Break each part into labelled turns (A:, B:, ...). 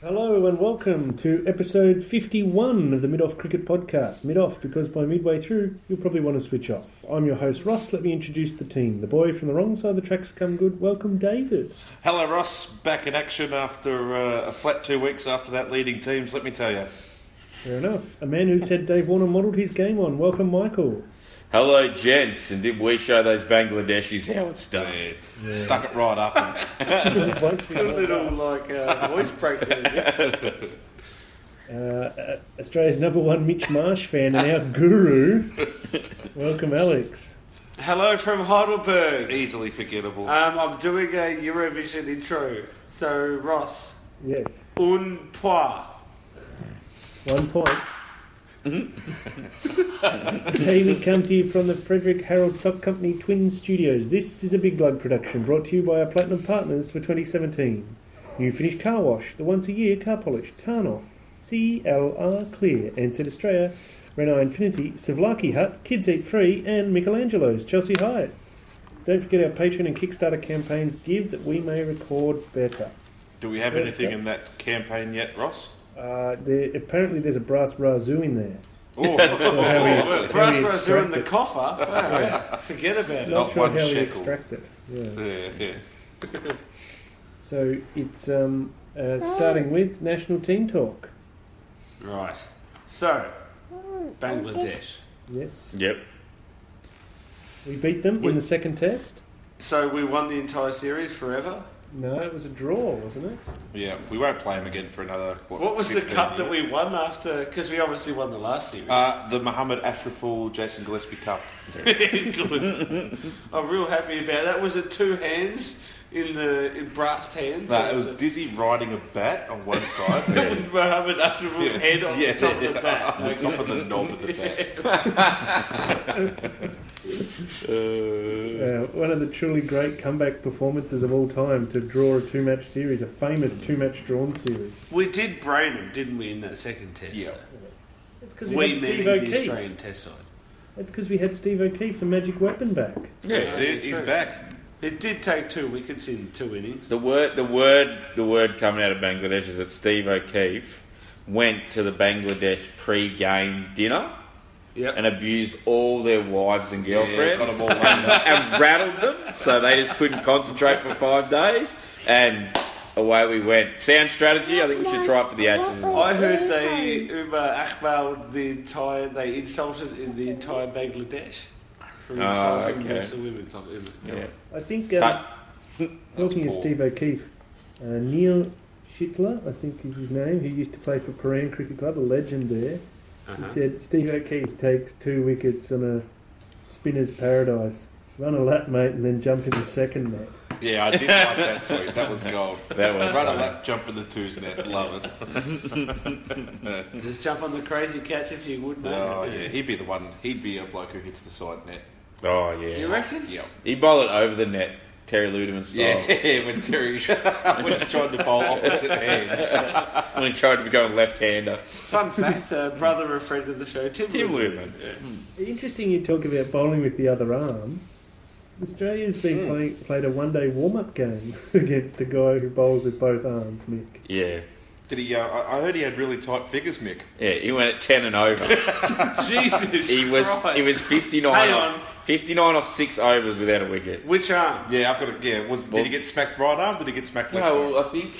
A: Hello and welcome to episode 51 of the Mid Off Cricket Podcast. Mid Off, because by midway through, you'll probably want to switch off. I'm your host, Ross. Let me introduce the team. The boy from the wrong side of the tracks come good. Welcome, David.
B: Hello, Ross. Back in action after uh, a flat two weeks after that leading teams, let me tell you.
A: Fair enough. A man who said Dave Warner modelled his game on. Welcome, Michael.
C: Hello, gents, and did we show those Bangladeshis how it's done?
B: Yeah. Stuck it right up.
A: Blokes we
D: A
A: love.
D: little like uh, voice practice.
A: Uh, Australia's number one Mitch Marsh fan and our guru. Welcome, Alex.
D: Hello from Heidelberg. Um,
B: Easily forgettable.
D: I'm doing a Eurovision intro. So Ross,
A: Yes,
D: un pois.
A: one point. David, come to you from the Frederick Harold Sock Company Twin Studios. This is a Big Lug production brought to you by our Platinum Partners for 2017. New Finish Car Wash, the once a year car polish, Tarnoff, CLR Clear, Ansett Australia, Renault Infinity, Savlaki Hut, Kids Eat Free, and Michelangelo's, Chelsea Heights. Don't forget our Patreon and Kickstarter campaigns give that we may record better.
B: Do we have
A: Yes,
B: anything
A: yeah.
B: in that campaign yet, Ross?
A: Uh, there, apparently, there's a brass razoo in there.
B: Oh,
A: we-
D: Brass
A: Very
D: rows are in the
A: extracted.
D: coffer. Wow, Forget about it.
A: Not,
B: Not
A: sure
B: one
A: how we
B: shekel.
A: extract it. Yeah.
B: yeah, yeah.
A: So it's um, uh, starting with national team talk.
D: Right. So Bangladesh.
A: Yes,
C: Yep.
A: we beat them
D: We-
A: in the second test.
D: So we won the entire series forever.
A: No, it was a draw, wasn't it?
B: Yeah, we won't play him again for another. What,
D: What was the
B: 15
D: cup that
B: years?
D: we won after? Because we obviously won the last series.
B: Uh, the Muhammad Ashraful Jason Gillespie Cup.
D: Good. I'm real happy about that. Was it two hands in the in brass hands?
B: No, it
D: Or
B: was Dizzy riding a bat on one side.
D: With Muhammad Ashraf's
B: Yeah.
D: head on
B: Yeah,
D: the top of
B: yeah,
D: the bat.
B: on the top of the knob of the bat.
A: Uh, one of the truly great comeback performances of all time to draw a two-match series, a famous two-match drawn series.
D: We did brain him, didn't we, in that second test?
B: Yeah.
A: It's because
D: We
A: we, had
D: meaning
A: Steve
D: the
A: O'Keefe.
D: Australian test side.
A: It's because we had Steve O'Keefe, the magic weapon, back.
B: Yeah, that's it. He's
D: True.
B: back.
D: It did take two wickets in two innings.
C: The word, the word, the word coming out of Bangladesh is that Steve O'Keefe went to the Bangladesh pre-game dinner
D: Yep.
C: and abused all their wives and
B: Yeah,
C: girlfriends
B: got him all lined up.
C: and rattled them, so they just couldn't concentrate for five days. And away we went. Sound strategy. I think we should try it for the Ashes.
D: I heard they Umar Akmal the entire, they insulted in the entire Bangladesh. For
C: Ah,
D: insulting
C: okay.
D: Muslim women. Top, isn't it?
C: Yeah.
A: I think um,
C: But
A: talking of
B: poor.
A: Steve O'Keefe, uh, Neil Schittler, I think is his name, who used to play for Paran Cricket Club, a legend there. He
D: Uh-huh.
A: said Steve O'Keefe takes two wickets on a spinner's paradise. Run a lap, mate, and then jump in the second net.
B: Yeah, I did like that tweet. That was gold.
C: That was
B: run
C: funny.
B: a lap, jump in the twos net. Love it.
D: Just jump on the crazy catch if you would, mate.
B: Oh yeah, he'd be the one. He'd be a bloke who hits the side net.
C: oh
D: You
C: yeah,
D: reckon?
B: Yeah,
C: he bowled it over the net, Terry Ludeman style. Oh.
B: yeah. When Terry when he tried to bowl opposite hand,
C: When he tried to be going left-hander.
D: Fun fact, uh, brother of friend of the show, Tim,
C: Tim
D: Wood.
C: Ludeman.
A: Interesting you talk about bowling with the other arm. Australia's been
D: Hmm.
A: playing, played a one day warm up game against a guy who bowls with both arms, Mick.
C: Yeah.
B: did he? Uh, I I heard he had really tight figures, Mick.
C: Yeah, he went at ten and over.
D: Jesus
C: He was
D: Christ.
C: he was fifty
D: Hang
C: nine
D: on.
C: off fifty nine off six overs without a wicket.
D: Which arm?
B: Yeah, I've got. A, yeah, was
C: Well-
B: did he get smacked right arm? Did he get smacked left?
C: No,
B: arm?
C: well, I think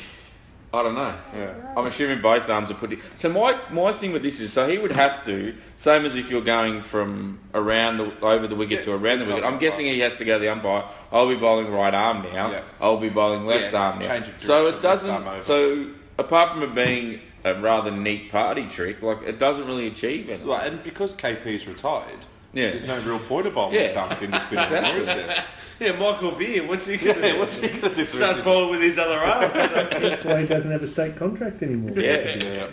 C: I don't know.
B: Yeah.
C: I'm assuming both arms are put. in- So my my thing with this is, so he would have to same as if you're going from around the over the wicket
B: Yeah,
C: to around the
B: it's
C: wicket.
B: up
C: I'm
B: to
C: guessing he has to go to the umpire. I'll be bowling right arm now.
B: Yeah.
C: I'll be bowling left
B: Yeah,
C: arm now.
B: change of
C: So
B: direction,
C: it
B: left arm over.
C: doesn't. So apart from it being a rather neat party trick, like it doesn't really achieve anything.
B: Well, and because KP's retired,
C: Yeah.
B: there's no real point of bowling
C: Yeah.
B: yeah. thumb finger spin anymore, is there?
D: Yeah, Michael Beer. What's he going to
B: Yeah, what's he going to do for
D: Start
B: the rest
D: bowling with his other arm.
A: That's why he doesn't have a state contract anymore.
C: Yeah.
B: of his- Yeah.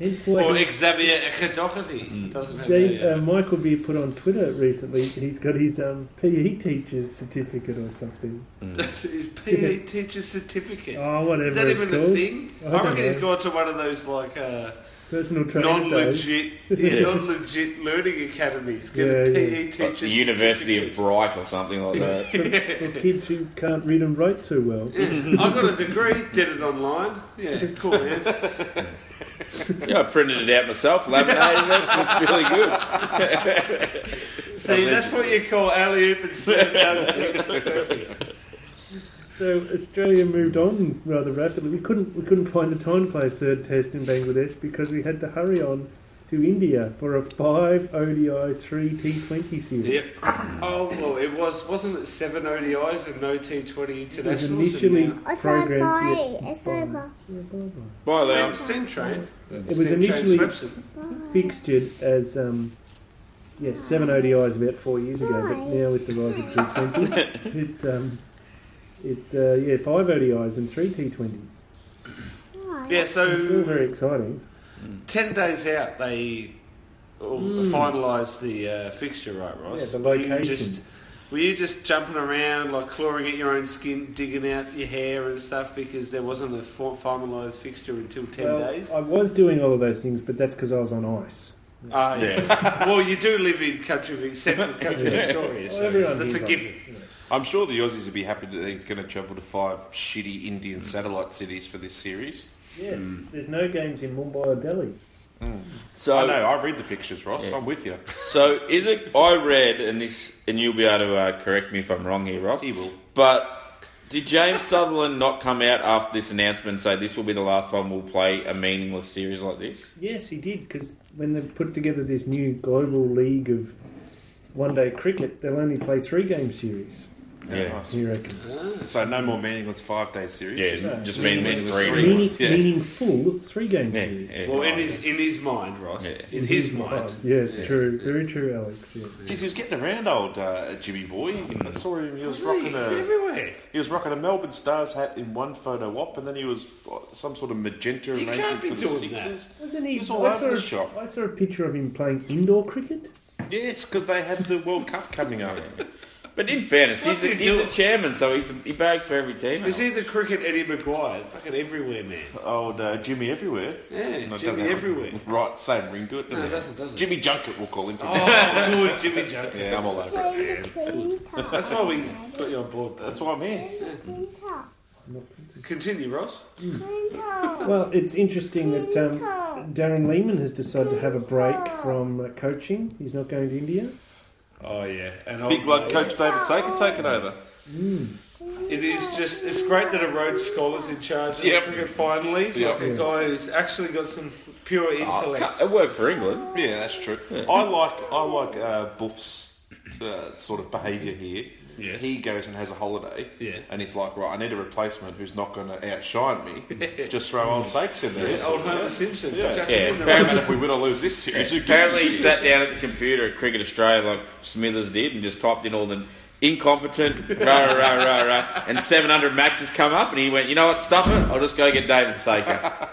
A: Hence why
D: or
A: he-
D: Xavier Echedoherty. Doesn't have
A: Dave,
D: a,
A: uh, Michael Beer put on Twitter recently he's got his um, PE teacher's certificate or something.
D: that's his PE teacher's certificate.
A: Oh, whatever.
D: Is that
A: it's
D: even a
A: called.
D: thing?
A: I
D: I,
A: don't
D: reckon he's
A: know.
D: gone to one of those like uh,
A: personal trainer does.
D: Non-legit, yeah, non-legit learning academies. Get
A: Yeah,
D: a E
A: yeah.
D: PE
C: Like
D: teacher.
C: the University of Bright or something like that.
A: For kids who can't read and write so well.
D: I got a degree, did it online. Yeah, cool man.
C: yeah, I printed it out myself, laminated it. It's really good.
D: See, that's what you call alley oop and slam dunk.
A: So Australia moved on rather rapidly. We couldn't we couldn't find the time to play a third test in Bangladesh because we had to hurry on to India for a five ODI three T Twenty series.
D: Yep. Oh well, it was wasn't it seven ODIs and no T20
A: It was
D: internationals?
A: initially
D: and now-
E: It's over.
A: programmed. to be-
E: It's over.
A: Yeah, bye-bye.
C: By the
D: Steam,
C: way,
D: Steam train. It
A: was initially-
E: Bye.
A: fixtured as um, yeah seven ODIs about four years ago, but
E: Right.
A: now with the rise of T20, it's um, it's uh, yeah five ODIs and three T20s.
E: Right.
D: Yeah,
A: It's all
D: so
A: very exciting.
D: ten days out they finalised the uh, fixture, right, Ross?
A: Yeah, the
D: Were you
A: locations.
D: just- Were you just jumping around, like clawing at your own skin, digging out your hair and stuff because there wasn't a for- finalised fixture until 10
A: Well,
D: days?
A: I was doing all of those things, but that's because I was on ice.
D: Ah, yeah. well, you do live in country, Vic- central country Victoria,
A: Well,
D: so
A: everyone
D: that's a
A: here
D: given.
B: I'm sure the Aussies would be happy that they're going to travel to five shitty Indian satellite cities for this series.
A: Yes, there's no games in Mumbai or Delhi.
B: I
C: so
B: know, I read the fixtures, Ross. I'm with you.
C: so is it? I read and this, and you'll be able to uh, correct me if I'm wrong here, Ross.
B: He will.
C: But did James Sutherland not come out after this announcement and say this will be the last time we'll play a meaningless series like this?
A: Yes, he did, because when they put together this new global league of one-day cricket, they'll only play three-game series.
B: Yeah,
C: Yeah.
B: nice.
A: You reckon?
B: So no more meaningless five-day series.
C: Yeah,
A: No.
C: just meaningless
B: Meaningless
C: three.
B: three.
A: Meaning,
B: ones, yeah.
A: Meaningful three-game
C: Yeah,
A: series.
C: yeah.
D: Well, in his, in his mind, Ross.
C: Yeah.
D: In his mind.
A: Yes, true. Very true, Alex. Yeah.
B: Jeez, he was getting around, old uh, Jimmy boy. I saw him. He was
D: Hey,
B: rocking
D: it's
B: a
D: everywhere.
B: he was rocking a Melbourne Stars hat in one photo op, and then he was uh, some sort of magenta
D: You
B: arrangement
D: can't be
B: for the
D: doing that.
B: Sixers.
A: Wasn't he?
B: He was all
A: I
B: over
A: saw
B: the
A: a-
B: shop.
A: I saw a picture of him playing indoor cricket.
B: Yes, because they had the World Cup coming up.
C: But in fairness,
D: What's
C: he's,
D: he
C: a, he's
D: doing?
C: a chairman, so he's he bags for every team.
D: Is he the cricket Eddie Maguire? Fucking everywhere, man.
B: old uh, Jimmy everywhere.
D: Yeah,
B: No, it
D: Jimmy
B: doesn't have
D: everywhere.
B: a Right, same ring to it.
D: No, it doesn't, doesn't.
B: Jimmy Junket, we'll call him. For
D: Oh, good, Jimmy Junker.
B: Yeah, I'm all over it.
E: Playing the clean top.
D: That's why we got you on board.
B: That's why I'm here.
E: Playing the clean top.
D: Continue, Ross.
E: Clean top.
A: Well, it's interesting that
E: Clean
A: um,
E: top.
A: Darren Lehman has decided to have a break from uh, coaching. He's not going to India.
D: Oh yeah, and
B: Big blood coach David Saker taking over.
D: It is just. It's great that a Rhodes Scholar's in charge. Of
B: Yep.
D: the cricket finally, Like
B: Yep.
D: a guy who's actually got some pure intellect.
C: It worked for England.
B: Yeah, that's true. I like I like uh, Buff's uh, sort of behaviour here.
D: Yes.
B: He goes and has a holiday,
D: Yeah.
B: and he's like, right, I need a replacement who's not going to outshine me. Just throw old sakes in there.
D: Old Homer Simpson.
B: Yeah.
D: Jack
C: Yeah.
D: London.
B: Apparently, if we win or lose this series, who
C: Apparently, he
B: cares?
C: sat down at the computer at Cricket Australia, like Smithers did, and just typed in all the incompetent rah rah rah rah, rah and 700 matches come up, and he went, you know what, stuff it, I'll just go get David Saker.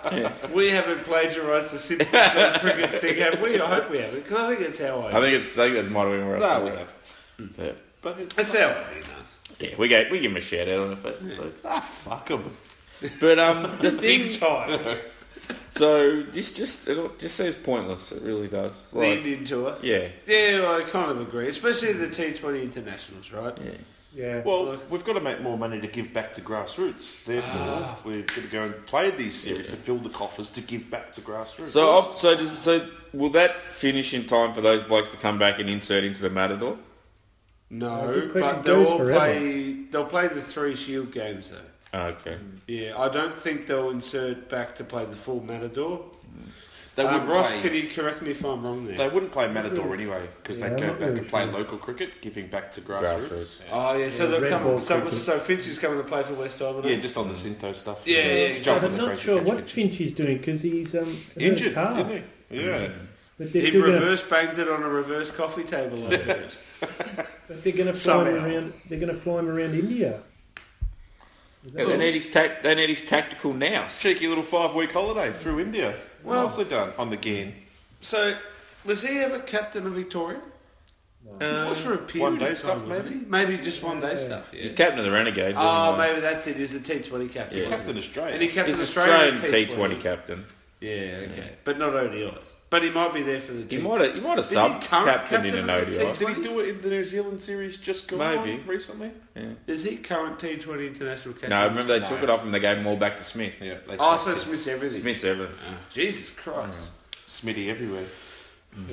D: We haven't plagiarised the Simpsons cricket thing, have we? I hope we haven't, because I think it's how
C: I
D: I.
C: think it's I think that's might have been where I
B: No, we
C: think
B: have.
C: it- yeah.
B: But it,
D: It's how I do those.
C: Yeah, we gave, we give him a shout out on the Facebook. page.
B: ah, fuck 'em.
C: But um, the thing,
D: Big time.
C: so this just it all- just seems pointless. It really does.
D: The
C: Like,
D: Indian tour.
C: yeah,
D: Yeah, well, I kind of agree, especially the T20 internationals, right?
C: yeah.
A: Yeah.
B: Well, we've got to make more money to give back to grassroots. Therefore,
C: Ah.
B: we're going to go and play these series to fill the coffers to give back to grassroots.
C: So I'll- so does, so will that finish in time for those blokes to come back and insert into the Matador?
A: Uh,
D: No,
A: good question.
D: but they'll
A: Goes
D: all
A: forever.
D: play. They'll play the three Shield games though.
C: Ah, Okay.
D: Yeah, I don't think they'll insert back to play the full Matador.
B: they
D: Um,
B: would
D: Ross,
B: play-
D: can you correct me if I'm wrong there?
B: They wouldn't play Matador anyway because
A: Yeah,
B: they'd
A: I'm
B: go
A: not
B: back
A: really
B: and play
A: sure.
B: local cricket, giving back to grassroots.
C: Grassroots.
D: Oh yeah, so
A: Yeah,
D: they'll
A: red ball
D: come. So,
A: cricket.
D: so Finch is coming to play for West Island.
B: Yeah, just on the Sinto stuff.
D: Yeah, yeah, yeah.
B: You jump on
A: I'm
B: the
A: not
B: crazy
A: sure
B: catch
A: what
B: pitch.
A: Finch is doing because he's um, hurt
B: Injured,
A: half.
B: didn't he? Yeah.
C: Mm.
A: But they're
D: he
A: still going to
D: reverse banged it on a reverse coffee table. over there.
A: But they're going to fly him
D: Somehow.
A: around. They're going to fly him around India.
C: Yeah, they need his tac- they need his tactical now.
B: Cheeky little five-week holiday through India.
D: Well-
B: Nicely done on the Gan.
D: so, was he ever captain of Victoria?
C: Uh,
D: What's for a period
B: one day
D: of time,
B: stuff,
D: wasn't
B: maybe?
D: he? Maybe just one day stuff.
C: he's
D: Yeah.
C: captain of the Renegades.
D: Oh,
C: isn't he?
D: maybe that's it. He's a T20 captain.
C: Yeah.
D: wasn't he?
B: Captain Australia.
D: And he captain
C: He's
D: Australia
C: Australian T20
D: captain.
C: captain.
D: Yeah, okay. But not ODIs. But he might be there for the
C: He
D: team.
C: might have, he might have
D: he
C: sub
D: current
C: captain in an
D: captain of the
C: ODI.
D: team?
B: Did he do it in the New Zealand series just gone
C: Maybe.
B: on recently?
C: Yeah.
D: Is he current T20 international captain?
C: No, remember they took
D: No.
C: it off him. They gave him all back to Smith.
B: Yeah. They
C: Ah,
D: Oh, so
B: sucked him.
D: Smith's everything.
C: Smith's everything.
D: Jesus Christ.
B: Smitty everywhere.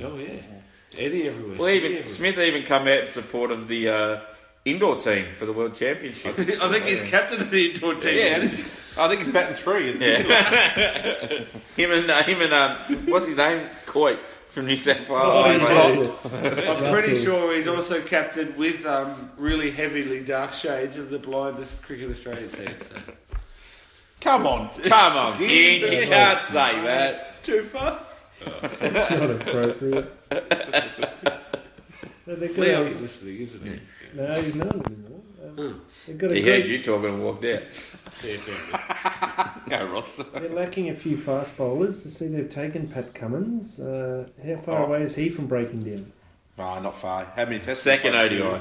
D: Oh, yeah. Eddie
C: Mm-hmm.
D: everywhere.
C: Well,
D: Smitty
C: even
D: everywhere.
C: Smith even come out in support of the uh, indoor team for the World Championship.
D: I think he's captain of the indoor team.
B: Yeah, I think he's batting three. In the
C: Yeah.
B: middle.
C: him and uh, him and um, what's his name? Coit from New South Wales.
A: Oh,
C: They
A: he's
C: both-
A: got it.
D: I'm pretty
A: Russell.
D: sure he's also captain with um, really heavily dark shades of the blindest Cricket Australia team. So.
B: Come on.
C: Come on,
D: He's
C: King,
D: the
C: you can't say that.
D: Too far?
A: It's not appropriate. so they're
D: Leo
A: going
D: is listening, isn't he?
A: No, he's not anymore. Um, they've got a
C: He heard
A: great,
C: you talking and walked out.
D: Yeah, fair enough.
C: Go Ross.
A: they're lacking a few fast bowlers. To see they've taken Pat Cummins. Uh, how far
B: Oh.
A: away is he from breaking down?
B: No, not far. How many tests?
C: Second ODI.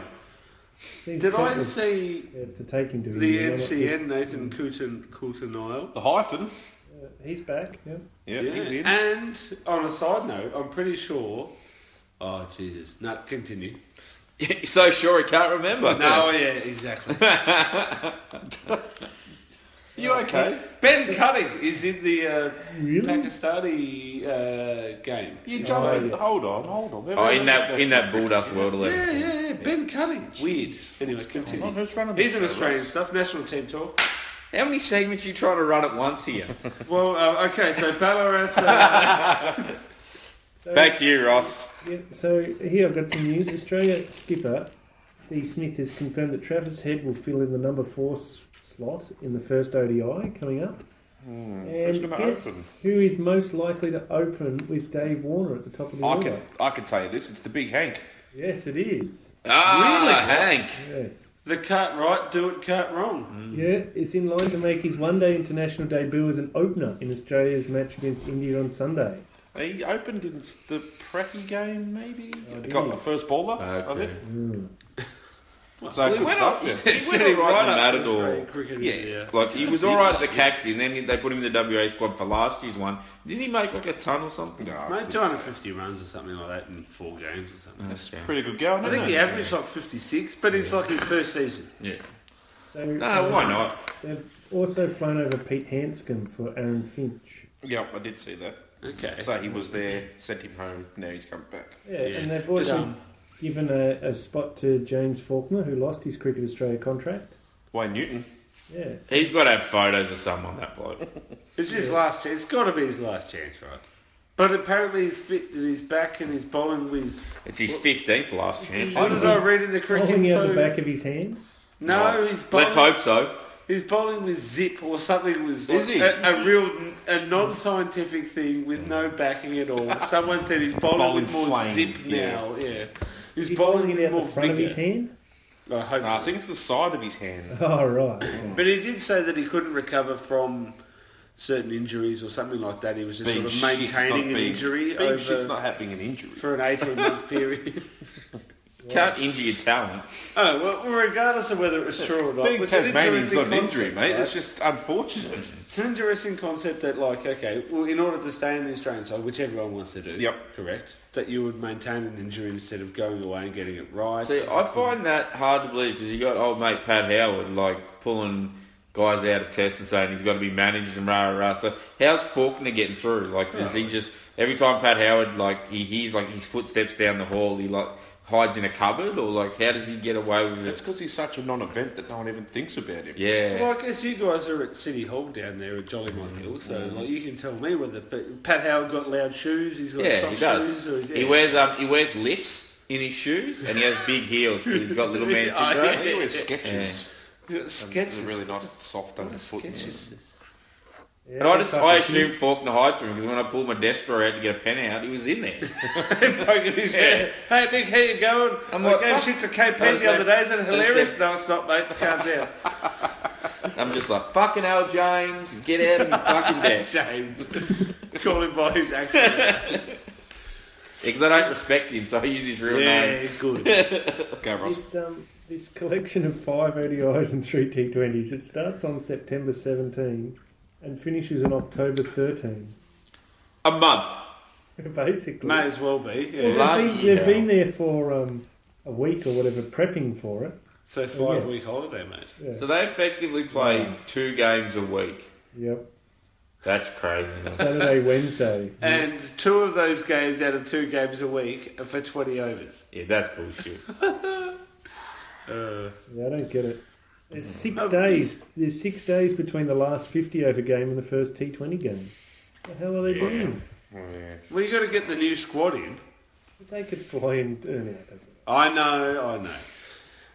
A: Seems
D: Did I
A: pointless,
D: see
A: uh, to take him to
D: the
A: India, why not just-
D: NCN, Nathan Coulton, Coulton Nile?
B: The hyphen.
A: Uh, he's back. Yeah.
B: Yeah,
D: Yeah.
B: he's in.
D: And on a side note, I'm pretty sure. Oh Jesus! No, continue.
C: He's so sure he can't remember.
D: No, yeah, exactly.
B: You okay?
D: ben Cutting is in the uh,
A: Really?
D: Pakistani uh, game.
B: You
A: Oh,
B: jumped.
A: yeah.
B: Hold on, hold on.
C: Oh, in that in that bulldust world eleven.
D: Yeah, yeah, yeah. Ben Cutting. Weird. Anyway, continue.
B: on? Who's running
D: He's
B: this
D: an
B: show,
D: Australian
B: Ross?
D: stuff. National team talk.
C: How many segments you trying to run at once here?
D: Well, uh, okay. So Ballarat. Uh,
A: So,
C: Back to you, Ross.
A: yeah, so here I've got some news. Australia skipper Steve Smith has confirmed that Travis Head will fill in the number four s- slot in the first ODI coming up.
B: who's
A: and
B: gonna
A: guess
B: open?
A: who is most likely to open with Dave Warner at the top of the
B: I
A: order?
B: can I can tell you this. It's the big Hank.
A: Yes, it is.
C: Ah, Hank.
A: Yes.
D: the cut right, do it cut wrong.
A: Yeah, it's in line to make his one-day international debut as an opener in Australia's match against India on Sunday.
B: He opened in the Pracky game, maybe.
A: did
B: Got
A: he?
B: a first bowler. I
C: Okay.
B: think. So
C: he
B: good
C: went off-
B: stuff. yeah.
C: he went all right at Matador.
D: Australian cricket.
B: Yeah.
D: yeah.
C: Like he was all right at the Caxi, and then they put him in the WA squad for last year's one. Didn't he make like a ton or something? Ah, No,
D: Made 250 runs or something like that in four games or something.
C: That's
B: Pretty good going.
D: I think the average like 56, but it's like his first season.
C: Yeah.
A: So,
C: No, why
A: um,
C: not?
A: They've also flown over Pete Hanscom for Aaron Finch.
B: Yeah, I did see that.
D: Okay.
B: So he was there, sent him home. Now he's come back.
A: Yeah,
D: Yeah.
A: and they've also
D: Just, um,
A: given a, a spot to James Faulkner, who lost his Cricket Australia contract.
B: Wayne Newton.
A: Yeah,
C: He's got to have photos of someone that bloke.
D: it's his last chance. It's got to be his last chance, right? But apparently he's fit and he's back and he's bowling with...
C: It's his fifteenth last chance.
D: What did I read in the cricket
A: holding out the
D: info?
A: back of his hand.
D: No, he's bowling...
C: Let's hope so.
D: He's bowling with zip or something was
B: Is he?
D: a, a real a non-scientific thing with no backing at all. Someone said he's bowling,
B: Bowling
D: with more
B: flame,
D: zip
B: yeah.
D: now. Yeah, he's
A: Is he
D: bowling,
A: holding
D: with
A: it out
D: more
A: the front of his
D: vigor.
A: hand?
D: Oh, hopefully.
B: No, I think it's the side of his hand.
A: Oh, right.
D: But he did say that he couldn't recover from certain injuries or something like that. He was just
B: Being
D: sort of
B: shit's not
D: maintaining an
B: being-
D: injury
B: being shit's
D: over
B: not having an injury.
D: for an 18-month period.
C: Can't injure your talent.
D: oh, well, regardless of whether it was true or not,
B: Being
D: it's an
B: Tasmanian's
D: interesting
B: not an injury,
D: concept,
B: mate.
D: right?
B: It's just unfortunate.
D: It's an interesting concept that, like, okay, well, in order to stay in the Australian side, which everyone wants to do,
B: Yep.
D: correct, that you would maintain an injury instead of going away and getting it right.
C: See, I find that hard to believe because you got old mate Pat Howard like pulling guys out of tests and saying he's got to be managed and rah rah rah. So how's Faulkner getting through? Like, does he just every time Pat Howard like he hears like his footsteps down the hall, he like hides in a cupboard or like how does he get away with
B: It's
C: it?
B: because he's such a non-event that no one even thinks about him.
C: Yeah,
D: well, I guess you guys are at City Hall down there at Jollymont Hill, so
B: Mm-hmm.
D: like you can tell me whether but Pat Howard got loud shoes, he's got
C: yeah,
D: soft
C: he does.
D: shoes, or is
C: He wears um he wears lifts in his shoes and he has big heels because he's got little man
D: Oh,
C: syndrome.
B: I think he wears sketches.
D: He's got
B: It's
D: sketches.
B: a really nice soft underfoot.
D: sketches.
A: Yeah,
C: And I just, I
A: that's
C: assumed Faulkner hides from him because when I pulled my desk drawer out to get a pen out, he was in there.
D: Poking his head. Hey, Mick, how you going?
C: I'm
D: i
C: like,
D: gave
C: fuck.
D: shit to
C: I
D: KP
C: just
D: the other
C: went-
D: day. Is it
C: I just
D: hilarious?
C: said-
D: No, it's not, mate. Calm down.
C: I'm just like, fucking hell, James, get out of your fucking desk.
D: James. Call him by his accent.
C: Because I don't respect him, so I use his real name.
D: Yeah, good.
B: Go,
A: huge.
B: Ross.
A: This, um, this collection of five ODIs and three T20s, it starts on September 17 and finishes on October 13.
C: a month.
A: Basically.
D: May as well be.
A: They've,
D: Yeah.
C: Bloody
A: been, they've
C: hell.
A: been there for um, a week or whatever prepping for it.
D: So
A: Yes.
D: five week holiday, mate.
A: Yeah.
C: So they effectively play two games a week.
A: Yep.
C: That's crazy.
A: Saturday, Wednesday.
D: And two of those games out of two games a week are for 20 overs.
C: yeah, that's bullshit.
D: Uh,
A: Yeah, I don't get it. There's six days. There's six days between the last 50 over game and the first T20 game. The hell are they doing?
B: Yeah.
D: well, you got to get the new squad in.
A: They could fly in. Oh, no, it doesn't.
D: I know, I know.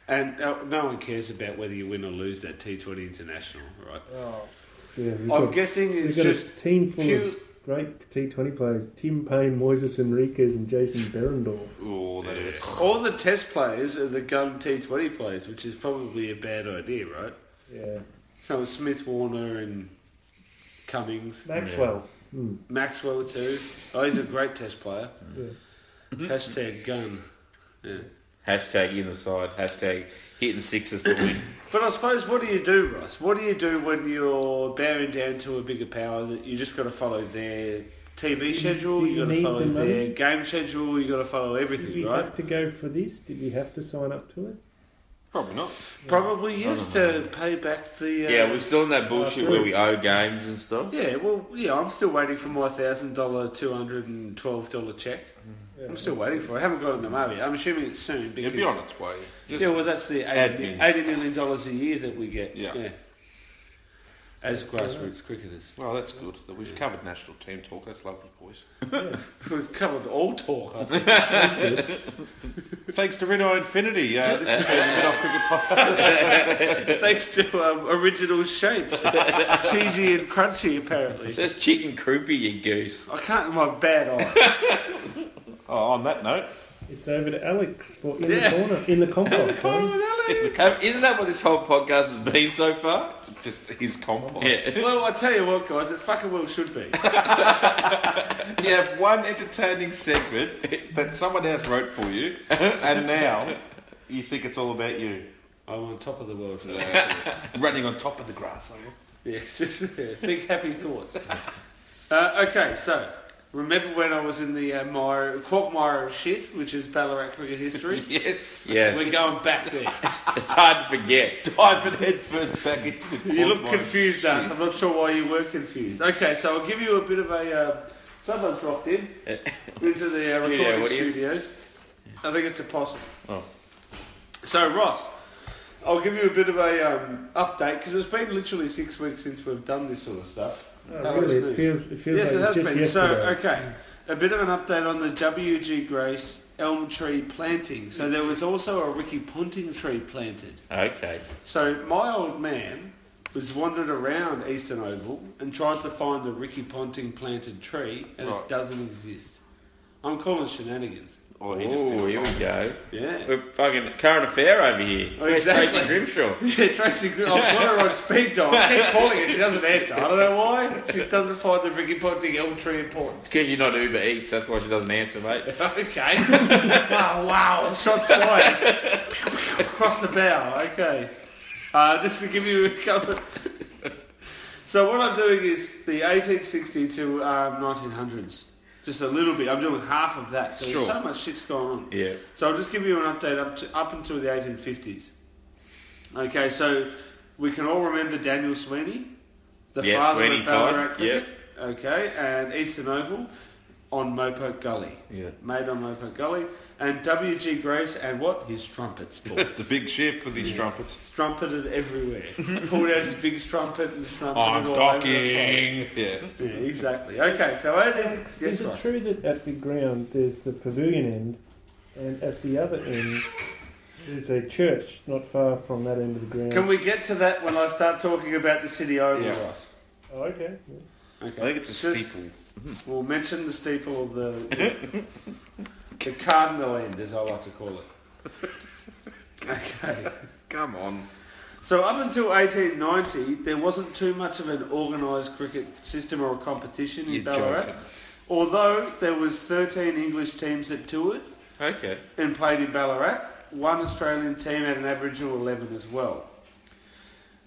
D: And uh, no one cares about whether you win or lose that T20 International, right?
A: Yeah, we've
D: I'm
A: got-
D: guessing
A: we've
D: it's
A: got
D: just
A: a team full
D: pure-
A: of great T20 players: Tim Payne, Moises Enriquez, and Jason Berendorf.
B: Oh, that is.
D: all the test players are the gun T20 players, which is probably a bad idea, right?
A: Yeah,
D: So it's Smith Warner and Cummings,
A: Maxwell. Hmm.
D: Maxwell too. Oh, he's a great test player.
A: Yeah.
D: Hashtag gun. Yeah.
C: Hashtag in the side. Hashtag hitting sixes to win.
D: But I suppose what do you do, Ross? What do you do when you're bowing down to a bigger power that you just got to follow their TV schedule,
A: do
D: you
A: you
D: got to
A: need
D: follow
A: the money?
D: their game schedule, you got to follow
A: Did
D: everything,
A: we
D: right?
A: have to go for this? Did we have to sign up to it?
B: Probably not.
D: Probably yes to pay back the. Uh,
C: Yeah, we're still in that bullshit where we owe games and stuff.
D: yeah, well, yeah, I'm still waiting for my thousand dollar, two hundred and twelve dollar check. I'm still waiting for it. I haven't got it in the mail yet. I'm assuming it's soon because
B: It'd be on its way. Just-
D: yeah, well, that's the 80,
B: Admin.
D: $80 million dollars a year that we get.
B: Yeah.
D: As grassroots cricketers,
B: Well, that's good. that We've covered national team talk. That's lovely, boys.
D: we've covered all talk. I think.
B: Thanks to Reno Infinity. Uh, this has been a bit off cricket podcast.
D: Thanks to um, original shapes, cheesy and crunchy. Apparently,
C: That's chicken croupy, you goose.
D: I can't. My bad eye.
B: Oh, on that note,
A: It's over to Alex for in
D: Yeah.
A: the corner, in the compost. sorry.
C: Um, isn't that what this whole podcast has been so far?
B: just his compost.
C: Yeah.
D: well, I tell you what, guys, it fucking well should be.
B: You have one entertaining segment that someone else wrote for you, and now you think it's all about you.
D: I'm on top of the world for that.
B: Running on top of the grass. are you?
D: Yeah, just yeah, think happy thoughts. Uh, okay, so remember when I was in the uh, mire, quagmire of shit, which is Ballarat cricket history?
B: Yes.
D: We're
C: Yes,
D: going back there.
C: it's hard to forget.
B: Dive and head first back into the
D: You look
B: quagmire.
D: confused, Dance. I'm not sure why you were confused. Okay, so I'll give you a bit of a. Uh, someone's dropped in into the uh,
C: Studio
D: recording
C: audience.
D: studios. I think it's a possum.
C: Oh.
D: So Ross, I'll give you a bit of a um, update because it's been literally six weeks since we've done this sort of stuff.
A: Oh,
D: How
A: really, it
D: is news?
A: feels, it feels
D: yes,
A: like
D: it has
A: it's just
D: been. So,
A: yesterday.
D: okay, a bit of an update on the WG Grace elm tree planting. So there was also a Ricky Ponting tree planted.
C: Okay.
D: So my old man was wandered around Eastern Oval and tried to find the Ricky Ponting planted tree, and
B: Right.
D: it doesn't exist. I'm calling shenanigans.
B: Or he just
C: Oh,
B: did
C: here we go.
D: Yeah.
C: We're fucking current affair over here.
D: Oh,
C: Where's Tracy
D: exactly.
C: Grimshaw.
D: Yeah, Tracy, Gr- I've got her on speed dial. I keep calling her, she doesn't answer. I don't know why. She doesn't find the Ricky Ponting elm tree important.
C: It's because you're not Uber Eats, that's why she doesn't answer, mate.
D: Okay. wow, wow. Shots fired. Across the bow. Okay. Uh, just to give you a couple. so what I'm doing is the 1860 to um, 1900s. Just a little bit. I'm doing half of that. So
C: Sure.
D: there's so much shit's going on.
C: Yeah.
D: So I'll just give you an update up to up until the 1850s. Okay, so we can all remember Daniel Sweeney, the
C: Yeah,
D: father
C: Sweeney
D: of Ballarat
C: Todd,
D: cricket. Okay, and Eastern Oval on Mopoke Gully.
C: Yeah.
D: Made on Mopoke Gully. And W.G. Grace and what? His trumpets, Paul.
B: The big ship with his trumpets.
D: Strumpeted everywhere. Pulled out his big strumpet and strumpeted
B: I'm
D: all over the
B: docking. Yeah.
D: place. Yeah, exactly. Okay, so I did...
A: Alex,
D: Yes,
A: is it
D: right.
A: true that at the ground there's the pavilion end, and at the other end there's a church not far from that end of the ground?
D: Can we get to that when I start talking about the City Oval,
B: Yeah.
D: Ross?
A: Oh, okay. Yeah.
D: Okay.
B: I think it's a
D: Just-
B: steeple.
D: We'll mention the steeple of the the cardinal end, as I like to call it. Okay.
B: Come on.
D: So up until 1890, there wasn't too much of an organised cricket system or competition in
B: You're
D: Ballarat.
B: joking.
D: Although there was 13 English teams that toured
C: Okay.
D: and played in Ballarat, one Australian team had an Aboriginal 11 as well.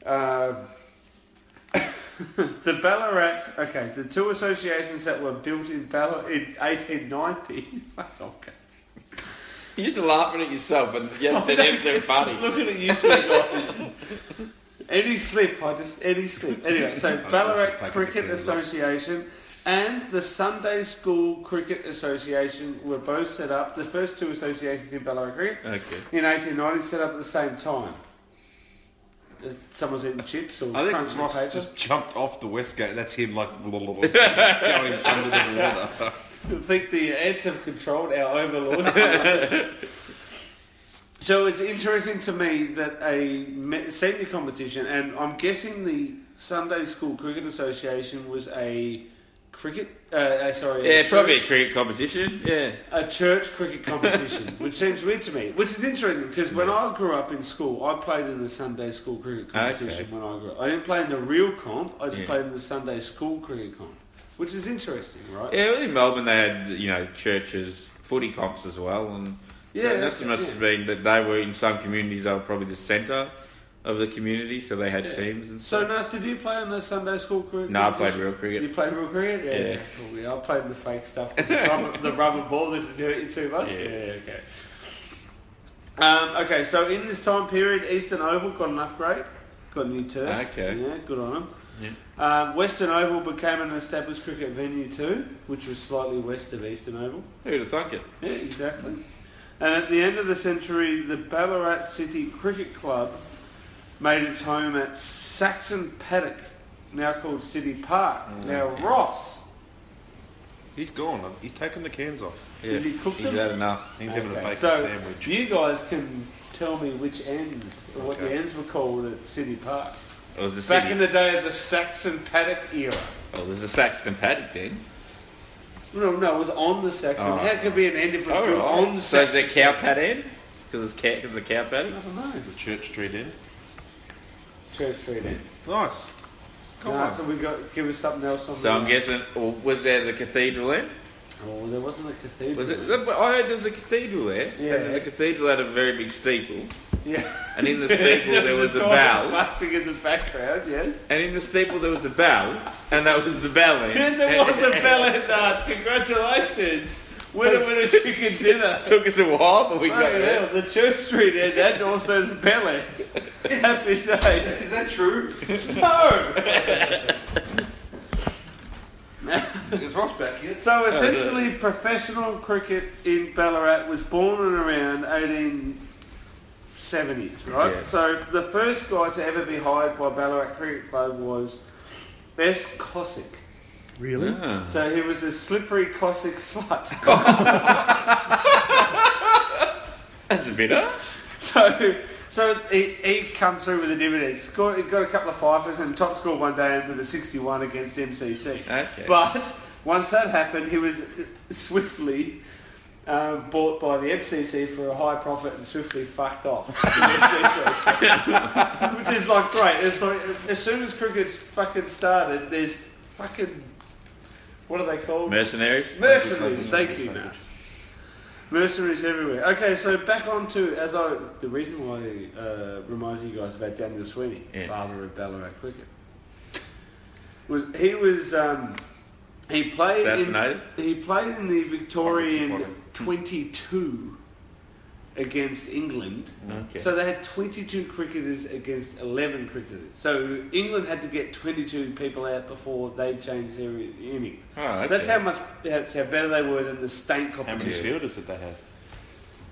D: Uh, Um, the Ballarat. Okay, the two associations that were built in Ballarat in 1890. Fuck off, Kate.
C: You're just laughing at yourself, and yet they're everything funny.
D: Looking at you two guys. any slip, I just any slip. Anyway, so
B: just taking
D: Ballarat
B: a
D: Cricket
B: turn.
D: Association and the Sunday School Cricket Association were both set up. The first two associations in Ballarat Cricket
C: Okay.
D: in 1890 set up at the same time. Uh, Someone's eating chips or
B: I think
D: crunching
B: Ross
D: paper.
B: just jumped off the west gate. That's him, like blah, blah, blah, going under the water.
D: I think the ants have controlled our overlords. so it's interesting to me that a me- senior competition, and I'm guessing the Sunday School Cricket Association was a cricket, uh, uh, sorry, a
C: Yeah, probably a
D: church-
C: cricket competition. Yeah.
D: a church cricket competition, which seems weird to me. Which is interesting because when I grew up in school, I played in the Sunday School Cricket competition.
C: Okay.
D: When I grew up, I didn't play in the real comp. I just
C: Yeah.
D: played in the Sunday School Cricket comp, which is interesting, right?
C: Yeah, well, in Melbourne they had, you know, churches, footy comps as well, and
D: Yeah,
C: yeah, that's
D: that's-
C: must
D: yeah.
C: have been that they were in some communities they were probably the centre of the community, so they had
D: Yeah.
C: teams and
D: So,
C: stuff.
D: Nas, did you play in the Sunday school cricket?
C: No, I played
D: competition?
C: real cricket.
D: You played real cricket? Yeah.
C: Yeah.
D: yeah. cool, yeah. I played the fake stuff, with the rubber, the rubber ball that didn't hurt you too much.
C: Yeah.
D: okay. Um, okay, so in this time period, Eastern Oval got an upgrade, got a new turf.
C: Okay.
D: Yeah, good on them. Um, Western Oval became an established cricket venue too, which was slightly west of Eastern Oval.
C: Who'd have thunk it?
D: Yeah, exactly. And at the end of the century, the Ballarat City Cricket Club made its home at Saxon Paddock, now called City Park.
B: Mm,
D: now Ross,
B: He's gone. He's taken the cans off.
C: Yeah.
D: did he cook
C: He's
D: them?
C: had enough.
B: He's having a
D: Okay,
B: bacon
D: so
B: sandwich.
D: you guys can tell me which ends, or what the
B: Okay.
D: ends were called at City Park.
C: It was the
D: Back
C: city.
D: in the day of the Saxon Paddock era.
C: oh, there's the Saxton Paddock then.
D: No, no, it was on the Saxon.
C: Oh.
D: How could be an end if it was on
C: So is
D: Saxon?
C: there cow pad in? Because it's, cow- 'cause it's a cow paddock?
D: I don't know.
B: The Church Street Inn.
D: Church Street Inn.
B: Nice. Come
D: No,
B: on.
D: so we got give us something else. on
C: So I'm
D: the-
C: guessing, or was there the cathedral in?
D: Oh, there wasn't a cathedral.
C: Was it? I heard there was a cathedral there.
D: Yeah.
C: And the cathedral had a very big steeple.
D: Yeah.
C: And in the steeple there was a
D: toilet
C: bell.
D: flashing in the background, yes.
C: And in the steeple there was a bell, and that was the bell end.
D: Yes, it was a bell in us. Congratulations. Winner, winner, chicken dinner.
C: It took us a while, but we got
D: Bloody
C: there.
D: hell, the Church Street end and also the belly. Happy day.
B: Is that true?
D: No!
B: Is Ross back yet?
D: So essentially, professional cricket in Ballarat was born in around 1870s, right?
C: Yeah.
D: So the first guy to ever be hired by Ballarat Cricket Club was S. Cossack.
A: Really?
C: Ah.
D: So he was a slippery Cossack slut.
C: That's a bit up.
D: So, so he, he come through with the dividends. Scored, he got a couple of fifers and top scored one day with a 61 against MCC.
C: Okay.
D: But once that happened, he was swiftly uh, bought by the MCC for a high profit and swiftly fucked off. Which is like great. It's like as soon as cricket's fucking started, there's fucking what are they called?
C: Mercenaries.
D: Mercenaries, thank you, Matt. Mercenaries everywhere. Okay, so back on to as I the reason why I uh, reminded you guys about Daniel Sweeney,
C: Yeah.
D: father of Ballarat cricket, was he was um, he played
C: Assassinated?
D: In, he played in the Victorian
B: Quite a-
D: twenty two against England.
C: Okay.
D: So they had 22 cricketers against 11 cricketers. So England had to get 22 people out before they changed their innings.
C: Oh, okay.
D: That's how much that's how better they were than the state
B: How many
D: competition.
B: fielders did they have?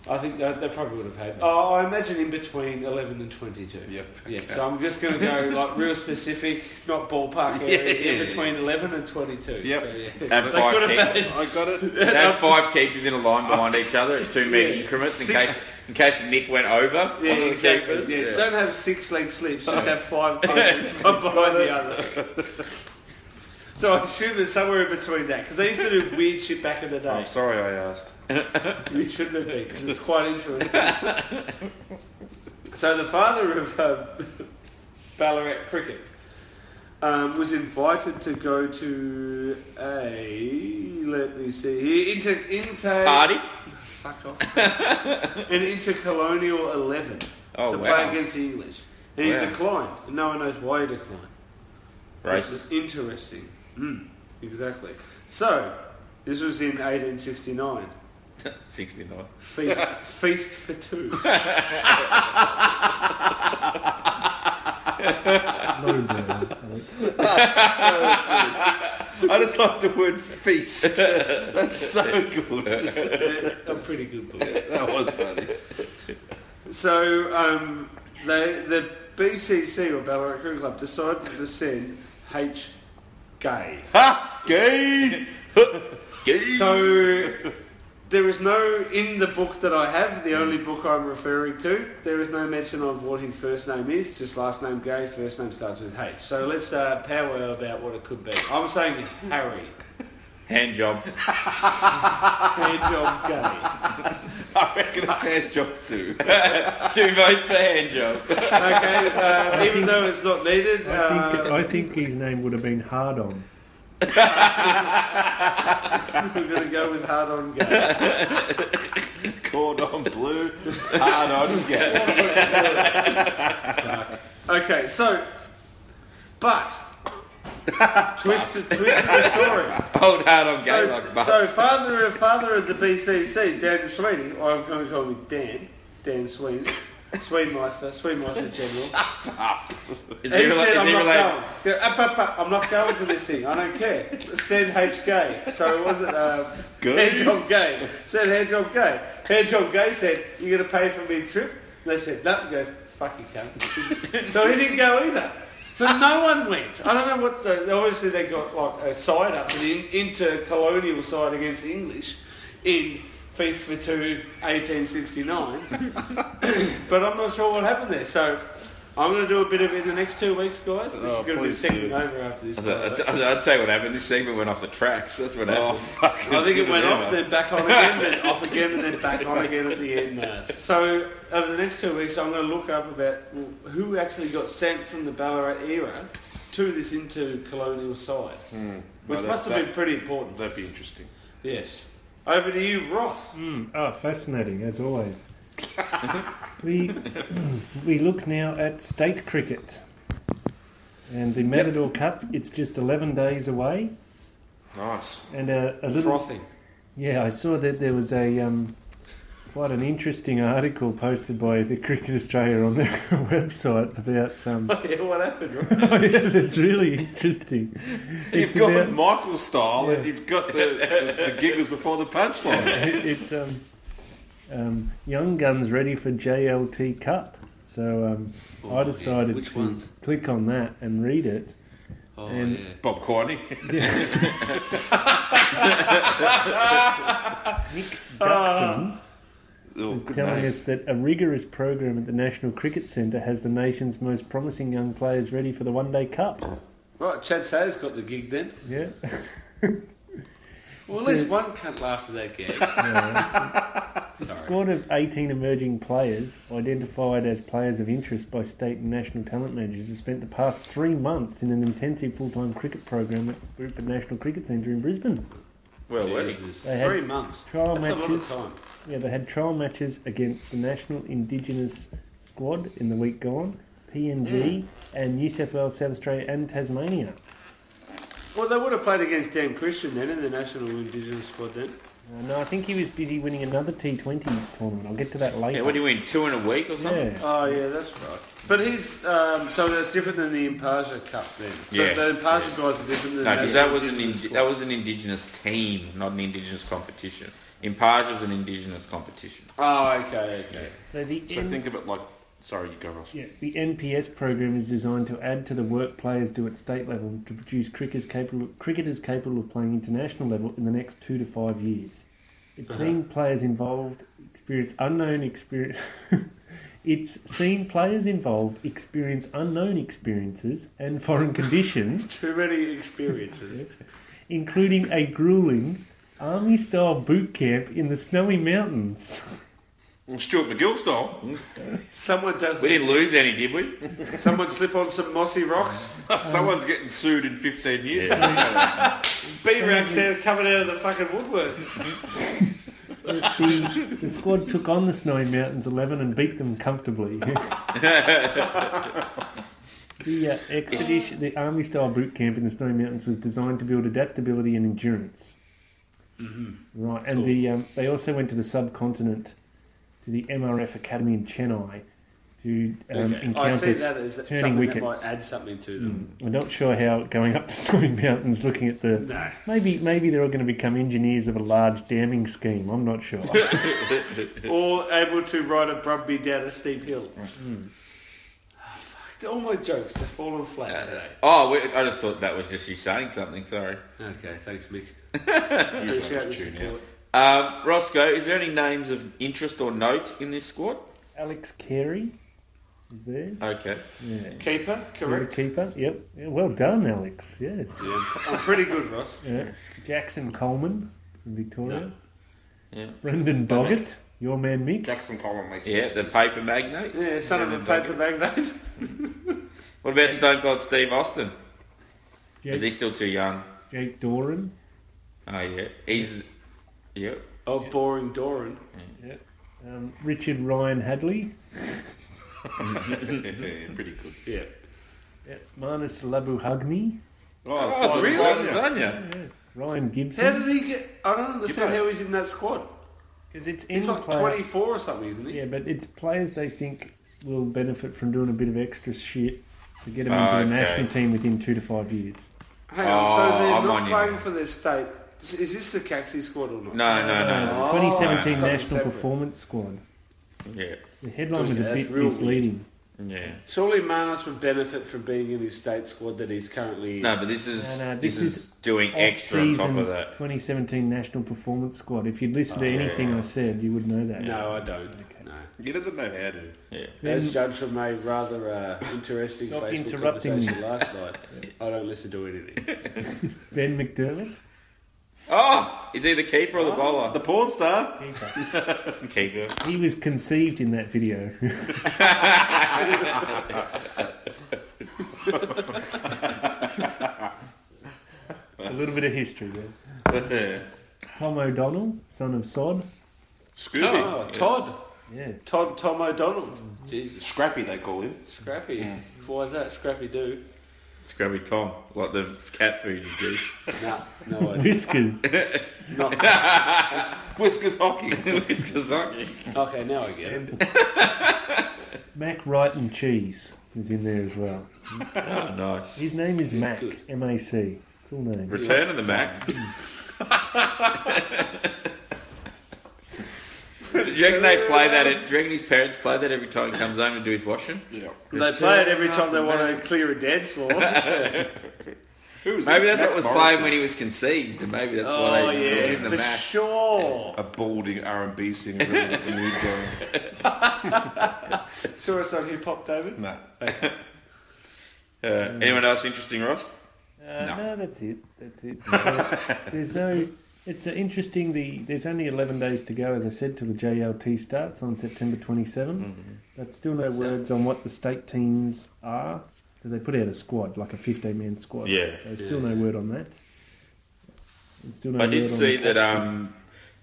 D: I think that they probably would have had. Oh, I imagine in between 11 and 22.
B: Yep,
D: Yeah. So I'm just going to go like real specific, not ballpark area.
C: Yeah, yeah,
D: in between 11 and 22.
B: Yep.
D: So, yeah.
C: They had five
D: could have
C: keepers.
B: I got it.
C: They had five keepers in a line behind each other at two metre
D: Yeah.
C: increments in
D: Six-
C: case in case Nick went over. one
D: Yeah,
C: of the
D: exactly.
C: keepers.
D: Yeah.
C: Yeah.
D: Don't have six leg slips, just have five toes one behind the other. So I assume it's somewhere in between that, because they used to do weird shit back in the
B: I'm
D: day.
B: sorry I asked.
D: You shouldn't have been, because it's quite interesting. so the father of um, Ballarat cricket um, was invited to go to a, let me see, here, inter, inter,
C: Party.
D: Fuck off. an intercolonial 11
C: Oh,
D: to
C: wow.
D: play against the English. And
C: Wow.
D: he declined. And no one knows why he declined. Which
C: Racist.
D: is interesting. Mm, exactly. So, this was in 1869.
C: 69.
D: Feast, feast for two.
A: No, Blair. Alex.
B: I just like the word feast. That's so good.
D: A pretty good book.
B: That was funny.
D: So um, they, the BCC or Ballarat Cricket Club decided to send H gay.
B: Ha! Gay! Gay!
D: So there is no in the book that I have. The only book I'm referring to, there is no mention of what his first name is. Just last name gay. First name starts with H. So let's uh, powwow about what it could be. I'm saying Harry.
C: Hand job.
D: Hand job gay.
B: I reckon it's our job too.
C: Two votes for hand job.
D: Okay, uh, even though it's not needed.
A: I think,
D: Uh,
A: I think his name would have been Hard On.
D: uh, we're going to go with hard on gay.
B: Cordon bleu, hard on gay.
D: Okay, so, but twisted, twisted the story.
C: Old hard on gay
D: so,
C: like butt.
D: so father of father of the BCC, Dan Sweeney, or I'm going to call him Dan, Dan Sweeney, Sweenmeister, Sweenmeister General.
C: is
D: He
C: he, rela-
D: said,
C: is
D: I'm
C: he
D: not
C: related?
D: going. Yeah, up, up, up. I'm not going to this thing. I don't care. Said HK. So it wasn't uh,
B: Good.
D: Handjob Gay. Said Handjob Gay. Handjob Gay said, you're going to pay for me a trip? And they said, no. He goes, fuck you, cunt. so he didn't go either. So no one went. I don't know what the... Obviously they got like a side up, an in, intercolonial side against the English in Feast for Two, 1869. But I'm not sure what happened there. So I'm going to do a bit of it in the next two weeks, guys. This
B: Oh,
D: is going to be the
B: please
D: second
B: do.
D: over after this.
C: I
D: by
C: said,
D: the
C: I'll
D: way.
C: t- I'll, I'll tell you what happened. This segment went off the tracks. That's what
B: Oh,
C: happened.
B: fucking
D: I think it
B: good
D: went
B: endeavour.
D: off, then back on again, then off again, and then back on again at the end. Now. So over the next two weeks, I'm going to look up about well, who actually got sent from the Ballarat era to this intercolonial side, which
B: Well,
D: must
B: that-
D: have been pretty important.
B: That'd be interesting.
D: Yes. Over to you, Ross.
A: Mm, ah, fascinating as always. we we look now at state cricket, and the Matador Cup. It's just eleven days away,
B: Nice.
A: and a, a little
D: Frothing.
A: yeah. I saw that there was a um, quite an interesting article posted by the Cricket Australia on their website about. Um,
D: yeah, what happened, Ross?
A: oh yeah, that's really interesting.
B: You've
A: It's
B: got
A: about-
B: the Michael style
A: Yeah.
B: and you've got the, the, the giggles before the punchline.
A: It- it's um, um, Young Guns ready for JLT Cup. So um, I decided
F: Oh, Which
A: to
F: ones?
A: click on that and read it.
F: Oh,
A: And-
F: yeah.
B: Bob Quiney.
A: Nick Duxon
B: Oh,
A: is
B: good
A: telling
B: name.
A: us that a rigorous program at the National Cricket Centre has the nation's most promising young players ready for the One Day Cup.
D: Right, Chad Sayers got the gig then.
A: Yeah,
D: Well, at least one cunt laughed at that gag.
A: a squad of 18 emerging players identified as players of interest by state and national talent managers have spent the past three months in an intensive full-time cricket program at Rupert National Cricket Centre in Brisbane.
C: Well, well.
D: Jesus.
A: They had
D: Three months.
A: trial
D: That's
A: matches.
D: a lot of time.
A: Yeah, they had trial matches against the National Indigenous Squad in the week gone, PNG,
C: Hmm.
A: and New South Wales, South Australia, and Tasmania.
D: Well, they would have played against Dan Christian then in the National Indigenous squad then.
A: Uh, no, I think he was busy winning another T20 tournament. I'll get to that later.
C: Yeah, what do you win? Two in a week or something?
A: Yeah.
D: Oh, yeah, that's right. But he's, um, so that's different than the Impartia Cup then. So
C: Yeah.
D: The Impartia guys are different than
C: No,
D: the
C: because
D: National
C: that was an
D: Indigenous
C: indi-
D: squad.
C: that was an indigenous team, not an indigenous competition. Impage is an indigenous competition.
D: Oh, okay, okay.
A: So the
B: So
A: N-
B: think of it like... Sorry, you go, Ross.
A: yeah, the NPS program is designed to add to the work players do at state level to produce cricketers capable, cricketers capable of playing international level in the next two to five years. It's seen players involved experience unknown experience. it's seen players involved experience unknown experiences and foreign conditions,
D: Too many experiences.
A: including a grueling army-style boot camp in the snowy mountains.
B: Stuart McGill style.
D: Someone does.
C: We didn't lose any, did we?
D: Someone slip on some mossy rocks.
B: Someone's getting sued in 15 years.
D: B racks there coming out of the fucking woodworks.
A: the, the squad took on the Snowy Mountains 11 and beat them comfortably. The uh, expedition, the army style boot camp in the Snowy Mountains was designed to build adaptability and endurance. Mm-hmm. Right, and the um, they also went to the subcontinent, to the MRF Academy in Chennai, to um,
D: Oh, I
A: encounter
D: see that as
A: turning
D: something that
A: wickets.
D: might add something to them.
A: I'm not sure how going up the Snowy Mountains, looking at the
D: No.
A: maybe maybe they're all going to become engineers of a large damming scheme. I'm not sure.
D: Or able to ride a Brumby down a steep hill. Ah, fuck, All my jokes have fallen flat today.
C: Oh, we- I just thought that was just you saying something. Sorry.
D: Okay, thanks, Mick.
B: You
D: Appreciate the
B: guys tune out.
D: support.
C: Um, Roscoe, is there any names of interest or note in this squad?
A: Alex Carey is there?
C: Okay.
A: Yeah.
D: Keeper,
A: You're the
D: correct.
A: keeper. Yep. Yeah, well done, Alex. Yes.
D: Yeah, I'm pretty good, Ross.
A: Yeah. Jackson Coleman from Victoria.
C: Yeah.
A: Brendan Boggett, your man Mick.
B: Jackson Collin makes
C: Yeah,
B: this.
C: the paper magnate.
D: Yeah, son of a paper magnate.
C: What about Stone Cold Steve Austin? Is he
A: Jake,
C: still too young?
A: Jake Doran.
C: Oh yeah, he's yeah.
D: Oh, boring Doran.
A: Um, Richard Ryan Hadley.
B: Yeah, pretty good.
D: Yeah.
A: Yeah. Manus Labuhagni.
B: Oh,
C: Oh,
B: Flying
C: really?
B: Lasagna.
C: Lasagna.
A: Ryan
D: How
A: Gibson.
D: did he get? I don't understand
B: Gibbo.
D: how he's in that squad.
A: Because it's in
D: He's like
A: player.
D: 24 or something, isn't he?
A: Yeah, but it's players they think will benefit from doing a bit of extra shit to get them into
C: Okay.
A: the national team within two to five years.
D: Hang on,
C: Oh,
D: so they're
C: I'm on
D: not
C: you.
D: playing for their state. Is- Is this the Caxi squad or not?
C: No, no,
A: Uh,
C: no.
A: it's
D: Oh,
A: a 2017
D: something
A: National
D: separate.
A: Performance Squad.
C: Yeah,
A: The headline was a
D: That's
A: bit
D: real weird.
A: misleading.
C: yeah.
D: Surely Manus would benefit from being in his state squad that he's currently in.
C: No, but this is
A: No, no,
C: this,
A: this
C: is,
A: is
C: doing extra on top
A: Off-season
C: of that. Oh,
A: 2017 National Performance Squad. If you'd listened to
C: yeah,
A: anything
C: yeah.
A: I said, you would know that.
D: No, I don't. No.
B: He doesn't know how to.
C: Yeah.
D: As judged from a rather uh, interesting
A: Stop
D: Facebook
A: interrupting
D: conversation last night, I don't listen to anything.
A: Ben McDermott.
C: Oh, is he the keeper or the bowler?
B: The porn star?
C: The keeper.
A: He was conceived in that video. a little bit of history there. Tom O'Donnell, son of Sod.
B: Scooby.
D: Oh, Todd.
A: Yeah.
D: Todd Tom O'Donnell. Jesus.
B: Scrappy, they call him.
D: Scrappy. Why is that? Scrappy do?
C: Scrubby Tom, like the cat food you dish.
D: No, no idea.
A: Whiskers.
D: Not,
B: Whiskers hockey.
C: It's Kazaki.
D: okay, now I get it.
A: Mac Wright and Cheese is in there as well.
C: Oh, nice.
A: His name is Mac. M A C. Cool name.
C: Return of the Mac. do you reckon they play that? At, do you reckon his parents play that every time he comes home to do his washing?
B: yeah.
D: They play it every time they want to clear a dance floor.
B: Who was
C: Maybe
B: it?
C: that's
B: Matt
C: what was
B: Morrison.
C: playing when he was conceived, and maybe that's
D: oh
C: why they
D: yeah,
C: in the
D: for
C: Mac.
D: sure.
B: A balding R&B singer really got the mood going.
D: Saw us on hip hop, David.
B: Nah.
C: Uh, anyone else interesting, Ross?
A: Uh, no. that's it. That's it. Uh, there's no. It's uh, interesting. The there's only 11 days to go, as I said, till the JLT starts on September
C: Mm-hmm.
A: 27. But still no words on what the state teams are. So they put out a squad, like a 15-man squad.
C: Yeah.
A: So still no word on that. And still no
C: I did
A: word on
C: see
A: the
C: that um,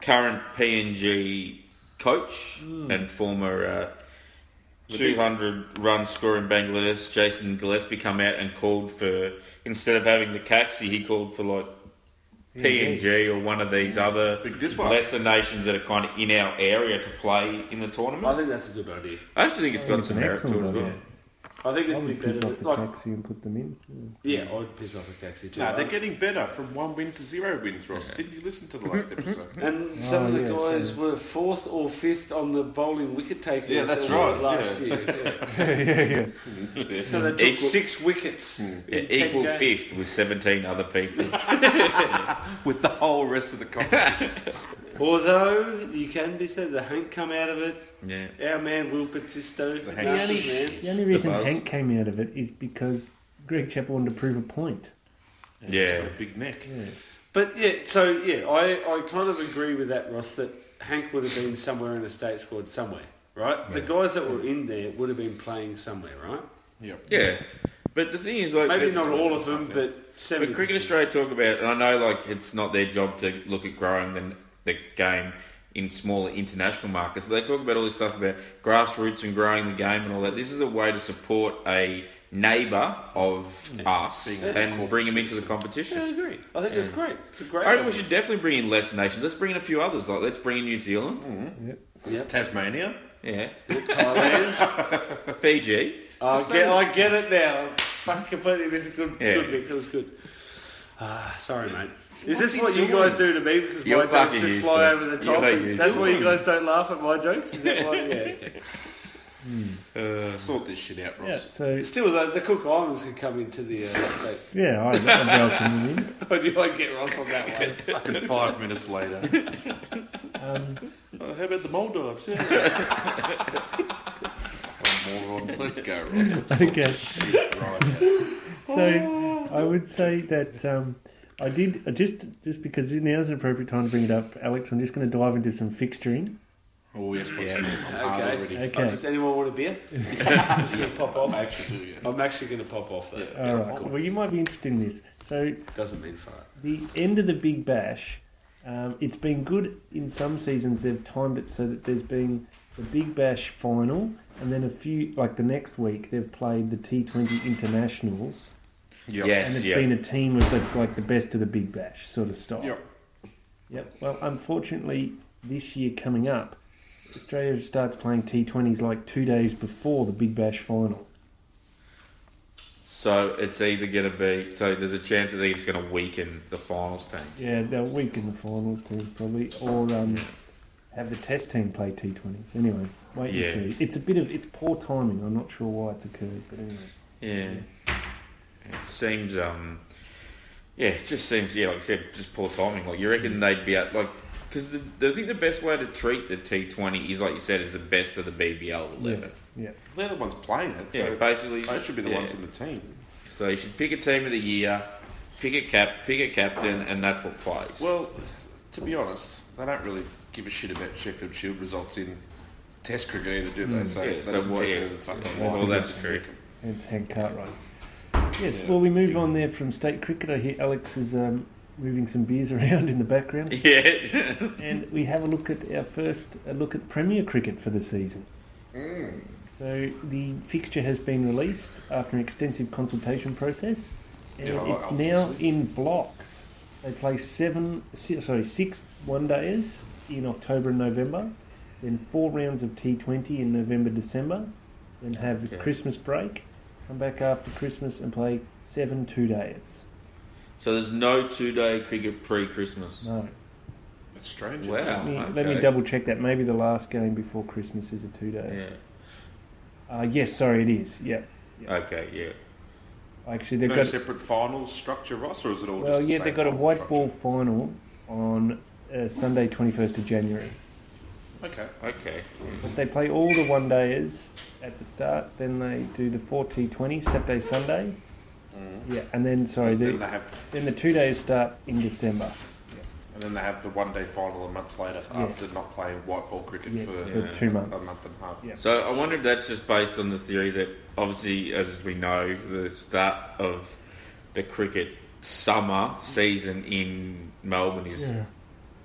C: current PNG coach and former uh, 200 run scorer in Bangladesh, Jason Gillespie, come out and called for instead of having the Caxi, he called for like
A: PNG.
C: PNG or one of these other
B: Big display.
C: lesser nations that are kind of in our area to play in the
D: I
C: tournament.
D: think that's a good idea.
C: I actually think it's got
A: It's
C: some
A: an
C: merit to it.
A: excellent
C: as well.
A: idea.
D: I think
A: I
D: it'd be
A: would
D: better.
A: piss off
D: than-
A: the
D: Like,
A: taxi and put them in. Yeah.
D: yeah, I'd piss off the taxi too.
B: Nah,
D: I-
B: they're getting better from one win to zero wins, Ross. Did you listen to the last episode?
D: and some of the
A: yeah,
D: guys
A: so-
D: were fourth or fifth on the bowling wicket takers.
B: Yeah, that's
D: that were
B: right,
D: Last
B: yeah.
D: year,
A: yeah, yeah.
D: yeah. so they took
C: Equal-
D: six wickets. in
C: Yeah,
D: 10
C: equal
D: games.
C: fifth with 17 other people.
B: With the whole rest of the competition.
D: Although you can be said the Hank come out of it.
C: Yeah.
D: Our man Will Batisto,
B: The Hank.
D: nasty
B: The only-
A: The only reason
C: buzz.
A: Hank came out of it is because Greg Chappell wanted to prove a point.
C: Yeah.
B: Got a big neck.
D: But yeah, so yeah, I, I kind of agree with that, Ross, that Hank would have been somewhere in a state squad somewhere, right? The guys that were in there would have been playing somewhere, right?
B: Yep.
C: Yeah. But the thing is, like,
D: Maybe not all of them, but seven.
C: But Cricket Australia talk about, and I know like it's not their job to look at growing the, the game in smaller international markets, but they talk about all this stuff about grassroots and growing the game and all that. This is a way to support a neighbour of us
B: being a
C: and
B: corporate
C: bring him into the
B: citizen.
C: competition.
D: Yeah, I agree. I think it's great. It's a great.
C: I reckon we should definitely bring in less nations. Let's bring in a few others. Like let's bring in New Zealand.
D: Mm.
B: Tasmania.
C: Yeah,
D: Thailand.
C: Fiji.
D: I, get, I get it now. I completely this is good.
C: Yeah.
D: Good Mick. It was good. Ah, sorry, mate. Is
B: What's
D: this
B: he
D: what you
B: doing?
D: guys do to me? Because
C: You're
D: my jokes
C: fucking
D: just
C: used
D: fly
C: to it.
D: over the
C: You're
D: top.
C: fucking
D: and That's
C: used
D: why
C: to
D: you
C: it.
D: guys don't laugh at my jokes. Is that why? Yeah.
B: Uh, Sort this shit out,
A: Yeah,
B: Ross.
A: so
D: Still, the, the Cook Islands could come into the uh, state.
A: yeah, I, I'm welcoming in.
D: I knew I'd get Ross on that one.
B: Fucking five minutes later.
D: Oh, how about the Maldives? Yeah.
B: Oh, moron. Let's go, Ross. Let's sort
A: Okay.
B: this shit right out.
A: So I would say that um, I did I just just because now's an appropriate time to bring it up, Alex. I'm just going to dive into some fixturing.
B: Oh, yes, please. I'm hard
D: Okay.
B: already.
A: Okay.
D: Oh, does anyone want a beer? I'm just gonna pop
B: I
D: off.
B: actually do, yeah.
D: I'm actually going to pop off. Though.
A: All right. Well, you might be interested in this. So
D: Doesn't mean fart.
A: the end of the Big Bash, um, it's been good in some seasons. They've timed it so that there's been the Big Bash final, and then a few like the next week they've played the T20 internationals,
B: Yep.
C: Yes,
A: and it's
C: yeah.
A: been a team of that's like the best of the Big Bash sort of style.
B: Yep.
A: Yep. Well, unfortunately, this year coming up, Australia starts playing T20s like two days before the Big Bash final.
C: So it's either going to be so there's a chance that they're just going to weaken the finals teams.
A: Yeah, they'll weaken the finals team probably, or um, have the test team play T20s. Anyway, wait
C: Yeah.
A: and see. It's a bit of it's poor timing. I'm not sure why it's occurred, but anyway.
C: Yeah. It seems, um, yeah, it just seems, yeah, like I said, just poor timing. Like, you reckon they'd be out, like, because the, the- I think the best way to treat the T20 is, like you said, is the best of the BBL 11.
A: Yeah.
B: They're the ones playing it,
C: Yeah,
B: so
C: basically.
B: they should be the
C: yeah.
B: ones in the team.
C: So you should pick a team of the year, pick a cap, pick a captain, and that's what plays.
B: Well, to be honest, they don't really give a shit about Sheffield Shield results in Test cricket either, do
A: Mm.
B: they? So
C: Yeah,
B: that
C: so
B: doesn't
C: what-
B: matter
C: yeah.
B: the fucking
C: Yeah, well,
B: lot.
C: that's true.
A: It's Hank Cartwright. Yes.
B: Yeah.
A: Well, we move on there from state cricket. I hear Alex is um, moving some beers around in the background,
C: yeah.
A: and we have a look at our first a look at Premier cricket for the season.
B: Mm.
A: So the fixture has been released after an extensive consultation process, and
B: Yeah,
A: it's
B: obviously.
A: now in blocks. They play seven, si- sorry, six one days in October and November, then four rounds of T20 in November December, then have the
C: Okay.
A: Christmas break, come back after Christmas and play seven two days.
C: so there's no two-day cricket pre-Christmas.
A: No,
B: It's strange.
C: Wow.
B: isn't it?
A: let me, let me
C: okay.
A: double check that. Maybe the last game before Christmas is a two day.
C: Yeah.
A: Uh, yes, sorry, it is. Yeah,
C: Okay, yeah.
A: actually they've
B: no
A: got
B: separate finals structure, Ross, or is it all
A: Well,
B: just the
A: yeah,
B: same
A: they've got a
B: final
A: white
B: structure?
A: ball final on uh, Sunday, 21st of January.
B: Okay.
C: Okay.
A: But they play all the one days at the start, then they do the 4 T20 Saturday, Sunday.
B: Mm.
A: Yeah, and then, sorry,
B: and, then
A: the,
B: they have,
A: then the two days start in December.
B: and then they have the one day final a month later after not playing white ball cricket
A: Yes,
B: for
A: for
C: yeah.
A: two
B: a
A: months.
B: month and a half.
A: Yeah.
C: So I wonder if that's just based on the theory that obviously, as we know, the start of the cricket summer season in Melbourne is
A: Yeah.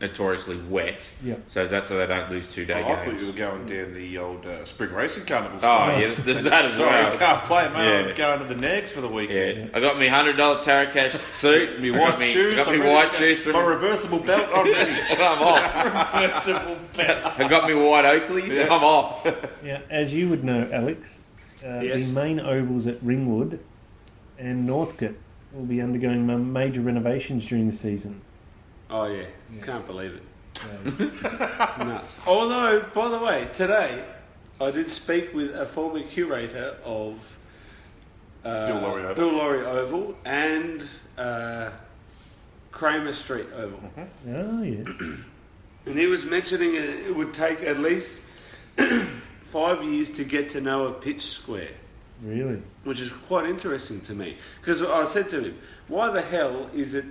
C: notoriously wet.
A: Yeah.
C: So is that so they don't lose two
B: Oh,
C: day
B: I thought
C: games?
B: you were going down the old uh, spring racing carnival.
C: Oh
B: style.
C: yeah, there's, there's that as
B: Sorry, I
C: well.
B: can't play, mate.
C: Yeah.
B: I'm going to the Nags for the weekend.
C: Yeah, I got me hundred dollar Tarakash suit, me
B: My
C: white
B: white
C: me,
B: shoes.
C: got me
B: I'm ready
C: white
B: to go.
C: shoes for
B: My reversible belt. I'm ready.
C: I'm off.
D: Flexible bet.
C: I got me white Oakleys.
B: Yeah.
C: I'm off.
A: Yeah, as you would know, Alex, uh,
D: Yes.
A: the main ovals at Ringwood and Northcote will be undergoing ma- major renovations during the season.
D: Oh yeah. Can't believe it.
A: So,
D: It's nuts. Although, by the way, today I did speak with a former curator of uh,
B: Bill Laurie Oval.
D: Bill Laurie Oval and uh, Kramer Street Oval.
A: oh, yeah.
D: And he was mentioning it, it would take at least five years to get to know a pitch square,
A: Really?
D: which is quite interesting to me. Because I said to him, why the hell is it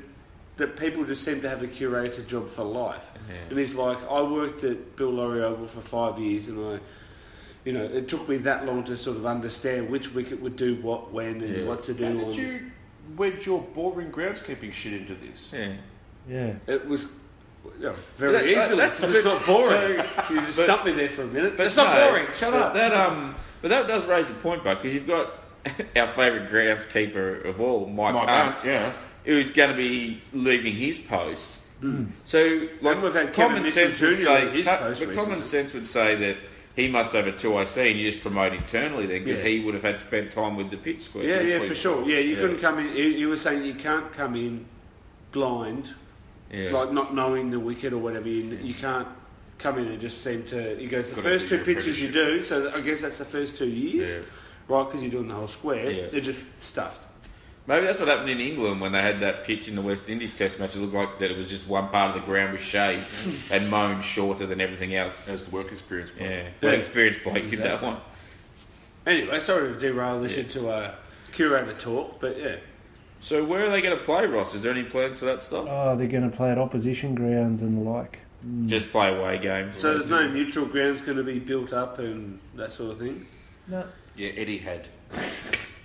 D: that people just seem to have a curator job for life? And he's like, I worked at Bill Laurie Oval for five years and I, you know, it took me that long to sort of understand which wicket would do what, when and
C: Yeah.
D: what to do.
B: How
D: on-
B: did you wedge your boring groundskeeping shit into this?
C: Yeah.
A: Yeah.
D: It was... you know, very
C: That- that-
D: easily.
C: that's a
D: it's
C: bit-
D: not boring.
C: so-
D: you just
C: but-
D: stumped me there for a minute.
C: But
D: it's not
C: no,
D: boring. Shut
C: but
D: up.
C: That um, but that does raise a point, Buck, because you've got our favourite groundskeeper of all, Mike,
B: Mike
C: Hunt,
B: Hunt, yeah.
C: who's going to be leaving his post.
D: Hmm.
C: So, like,
D: And we've had Kevin
C: common
D: Mitchell
C: sense would
D: Jr.
C: say
D: leave his
C: co-
D: post
C: but
D: recently.
C: common sense would say that he must have a two AC and you just promote internally then because
D: Yeah.
C: he would have had spent time with the pit squad.
D: Yeah,
C: with
D: yeah, for
C: people.
D: sure. Yeah, you
C: Yeah.
D: couldn't come in. You, you were saying you can't come in blind,
C: Yeah.
D: like not knowing the wicket or whatever. You, you can't come in and just seem to. He goes, the
C: Gotta
D: first
C: do
D: two
C: your
D: pitches you do, so I guess that's the first two years,
C: Yeah.
D: right? Because you're doing the whole square.
C: Yeah.
D: They're just stuffed.
C: Maybe that's what happened in England when they had that pitch in the West Indies Test match. It looked like that it was just one part of the ground was shaved and mown shorter than everything else.
B: That was the work experience. Mike.
C: Yeah,
D: Yeah.
C: well, experienced Blake did that one.
D: Anyway, sorry to derail this into a curator talk, but yeah.
C: So where are they going to play, Ross? Is there any plans for that stuff?
A: Oh, they're going to play at opposition grounds and the like.
C: Just play away games.
D: So there's no neutral grounds going to be built up and that sort of thing.
A: No.
B: Yeah, Eddie had.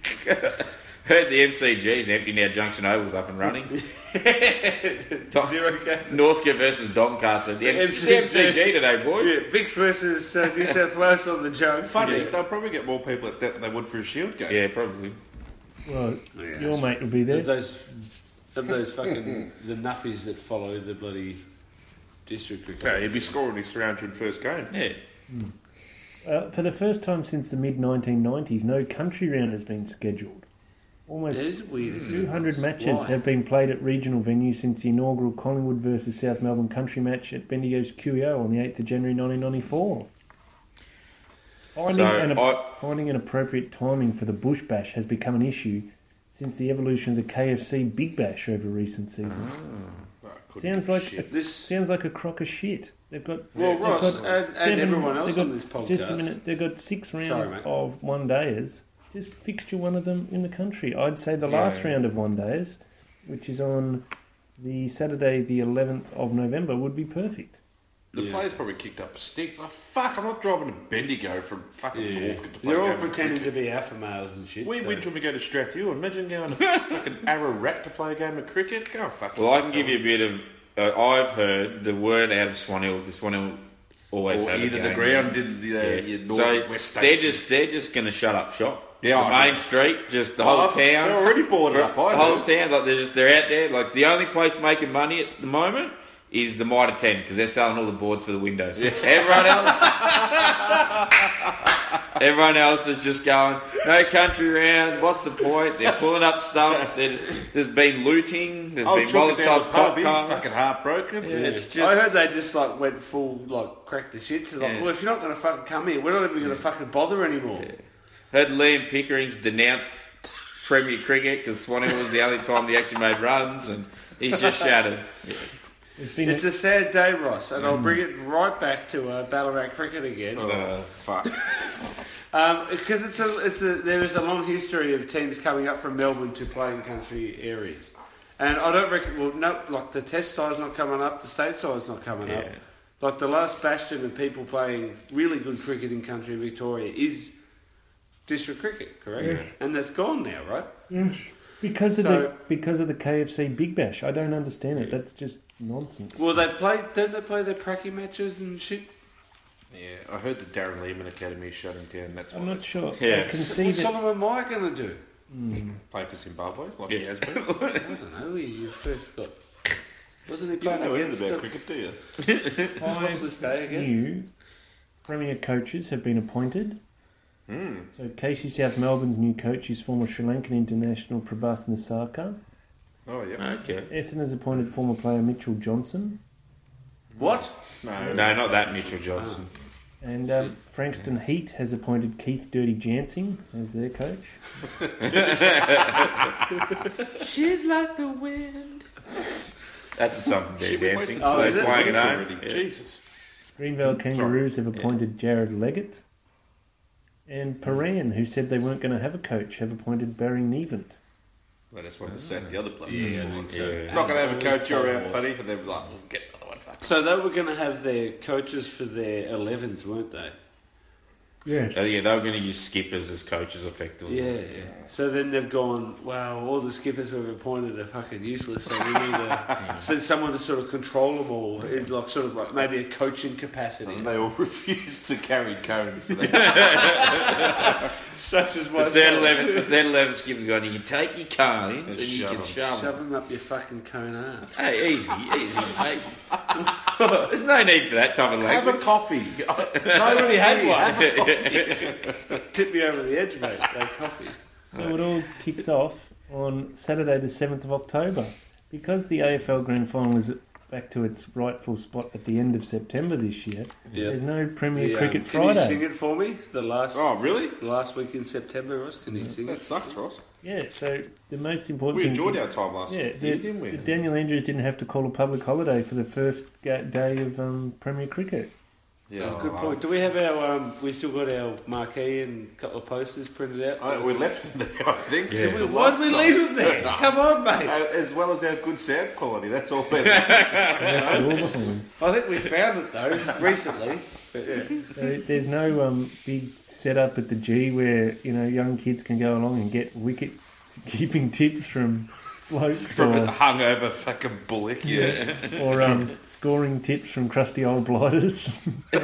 C: Heard the MCG's empty now. Junction Oval's up and running.
D: Zero games.
C: Northcote versus Doncaster. The, M- the
D: MCG.
C: MCG today, boys.
D: Yeah, Vicks versus uh, New South Wales on the joke.
B: Funny,
D: Yeah.
B: they'll probably get more people at that than they would for a Shield game.
C: Yeah, probably.
A: Well,
D: Yeah.
A: your mate will be
D: Of
A: there.
D: those, of those fucking the nuffies that follow the bloody district cricket.
B: Yeah, he'd be scoring his 300 first game.
C: Yeah.
A: Uh, for the first time since the mid 1990s, no country round has been scheduled. Almost
D: It is weird. isn't it?
A: 200 matches
D: Why?
A: have been played at regional venues since the inaugural Collingwood versus South Melbourne country match at Bendigo's QEO on the 8th of January 1994. Finding,
C: So,
A: an,
C: I-
A: finding an appropriate timing for the Bush Bash has become an issue since the evolution of the KFC Big Bash over recent seasons.
B: Oh, couldn't
A: sounds
B: give a
A: like
B: shit.
D: This
A: sounds like a crock of shit. They've got
D: Well,
A: they've
D: Ross,
A: got
D: and- and everyone else
A: they've got,
D: on this podcast.
A: Just a minute. They've got six rounds
D: mate.
A: of one dayers. Just fixture one of them in the country. I'd say the last round of one dayers, which is on the Saturday, the eleventh of November, would be perfect.
B: The
D: Yeah.
B: players probably kicked up a stick. Like, fuck, I'm not driving to Bendigo from fucking Northcote to play.
D: they're all
B: Melbourne
D: pretending
B: cricket.
D: to be alpha males and shit.
B: We
D: so-
C: uh,
B: went when we go to Strathfield. Imagine going to fucking Ararat to play a game of cricket. Go fucking.
C: Well, I can give you a bit of. Uh, I've heard the word out of Swan Hill because Swan Hill always
B: Or
C: had a
B: either the
C: game.
B: ground didn't the uh, your
C: Yeah.
B: North
C: So
B: West
C: they're
B: States.
C: just they're just going to shut up shop.
B: Yeah,
C: the
B: I
C: main
B: know.
C: street, just the
B: Oh,
C: whole
B: I've-
C: town.
B: They're already boarded up. I
C: The whole
B: know.
C: town, like they're just they're out there. Like the only place making money at the moment is the Mitre Ten because they're selling all the boards for the windows. Everyone else, everyone else is just going no country round. What's the point? They're pulling up stumps. They're just, there's been looting. There's
B: I'll
C: been
B: chalk it down
C: Molotov
B: to pub. He's
C: cocktails.
B: fucking heartbroken.
C: It's just
D: I heard they just like went full like cracked the shits. It's like,
C: Yeah.
D: well, if you're not going to fucking come here, we're not even going to fucking bother anymore.
C: Heard Liam Pickering's denounced Premier Cricket because Swanee was the only time he actually made runs, and he's just shouted.
A: It's been
D: It's a sad day, Ross, and I'll bring it right back to uh, Ballarat cricket again.
B: Oh, fuck.
D: because Um, it's a, it's a, there is a long history of teams coming up from Melbourne to play in country areas, and I don't reckon. Well, no, like the Test side's not coming up, the state side's not coming up.
C: Yeah.
D: Like the last bastion of people playing really good cricket in country Victoria is district cricket, correct? And that's gone now, right?
A: because of the
D: so-
A: because of the KFC Big Bash. I don't understand it. That's just nonsense.
D: Well, they play. Don't they play their pracky matches and shit?
B: Yeah, I heard the Darren Lehman Academy is shutting down.
C: Oh,
B: That's why
A: I'm not sure.
C: Yeah.
A: I can see
D: What
A: that.
D: sort of am I going to do?
B: playing for Zimbabwe, like he
C: Yeah.
B: has been. You
D: I don't know. He, you first got. Wasn't he
B: don't
D: playing
B: know
D: against
B: anything about
D: the
B: cricket, do you?
D: What's this day again?
A: new premier coaches have been appointed. So Casey South Melbourne's new coach is former Sri Lankan international Prabhath Nisarga.
B: Oh yeah.
C: Okay.
A: Essendon's appointed former player Mitchell Johnson.
D: What?
B: No,
C: No, not that Mitchell Johnson.
A: And um, Frankston Heat has appointed Keith Dirty Jansing as their coach.
C: She's like the wind. That's something
B: Shit, we
C: they're dancing.
B: wasted
D: Oh,
C: They're
D: is it?
C: playing
B: minutes
C: at home.
B: already.
C: Yeah.
B: Jesus.
A: Greenvale Kangaroos have appointed Jared Leggett. And Paran, who said they weren't going to have a coach, have appointed Barry Nevant.
B: Well, that's why they sat the other bloke.
D: Yeah,
B: Yeah,
D: so-
B: Not going to have a coach, you're out, buddy. But they're like, we'll get another one. Fuck.
D: So they were going to have their coaches for their 11s, weren't they?
A: Yes.
C: Oh, yeah, they were going to use skippers as coaches effectively.
D: Yeah. So then they've gone, wow, all the skippers we've appointed are fucking useless. So we need a, so someone to sort of control them all, in like sort of like maybe a coaching capacity.
B: And they all refused to carry cones. So they
D: Such as
C: But
D: myself.
C: then 11, but then 11 skips going, you can take your cones and
B: And
C: you
B: shove
C: can
B: 'em.
C: shove them.
D: Shove them up your fucking cone ass.
C: Hey, easy, easy, mate. There's no need for that type of
B: Have a
C: language.
B: coffee.
D: I
B: I
D: already had one. Tip me over the edge, mate. That coffee.
A: So it all kicks off on Saturday, the 7th of October. Because the AFL Grand Final is back to its rightful spot at the end of September this year,
C: Yeah.
A: there's no Premier
D: The, um,
A: Cricket
D: Can you sing
A: Friday.
D: it for me? The last
B: Oh, really?
D: last week in September, Ross. Can you sing
B: That
D: it?
B: sucks, Ross.
A: Yeah, so the most important
B: We
A: thing.
B: enjoyed our time last
A: yeah,
B: year,
A: the,
B: didn't we?
A: the Daniel Andrews didn't have to call a public holiday for the first ga- day of um, Premier Cricket.
B: yeah,
D: Oh, good
B: I-
D: point. Do we have our? Um, we still got our marquee and a couple of posters printed out.
B: I, we left it there, I think.
C: Yeah.
B: Did
D: Why did we
B: last
D: leave
B: time?
D: them there?
B: No.
D: Come on, mate.
B: Uh, As well as our good sound quality, that's all better.
A: Left it all behind.
D: I think we found it though recently. But, yeah.
A: So there's no um, big setup at the G where you know young kids can go along and get wicket keeping tips from blokes
B: From a
A: or,
B: hungover fucking bullock, yeah.
A: or um, scoring tips from crusty old blighters. You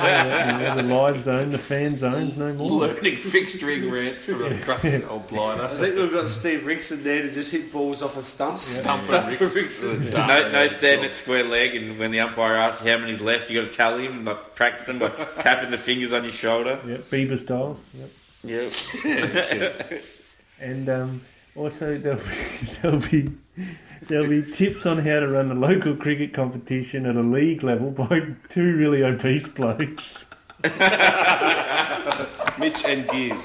A: know, the live zone, the fan zones, no more.
B: Learning fixturing rants from a crusty
D: I
B: old blinder.
D: think we've got Steve Rickson there to just hit balls off a stump.
B: Stumper Ricks- the dark
C: No, no
B: man.
C: standing at square leg, and when the umpire asks you how many's left, you got to tell him, like practice them by tapping the fingers on your shoulder.
A: Yep, Bieber style. Yep.
C: Yep.
A: And um, also there'll be, there'll be there'll be tips on how to run a local cricket competition at a league level by two really obese blokes.
B: Mitch and Gears.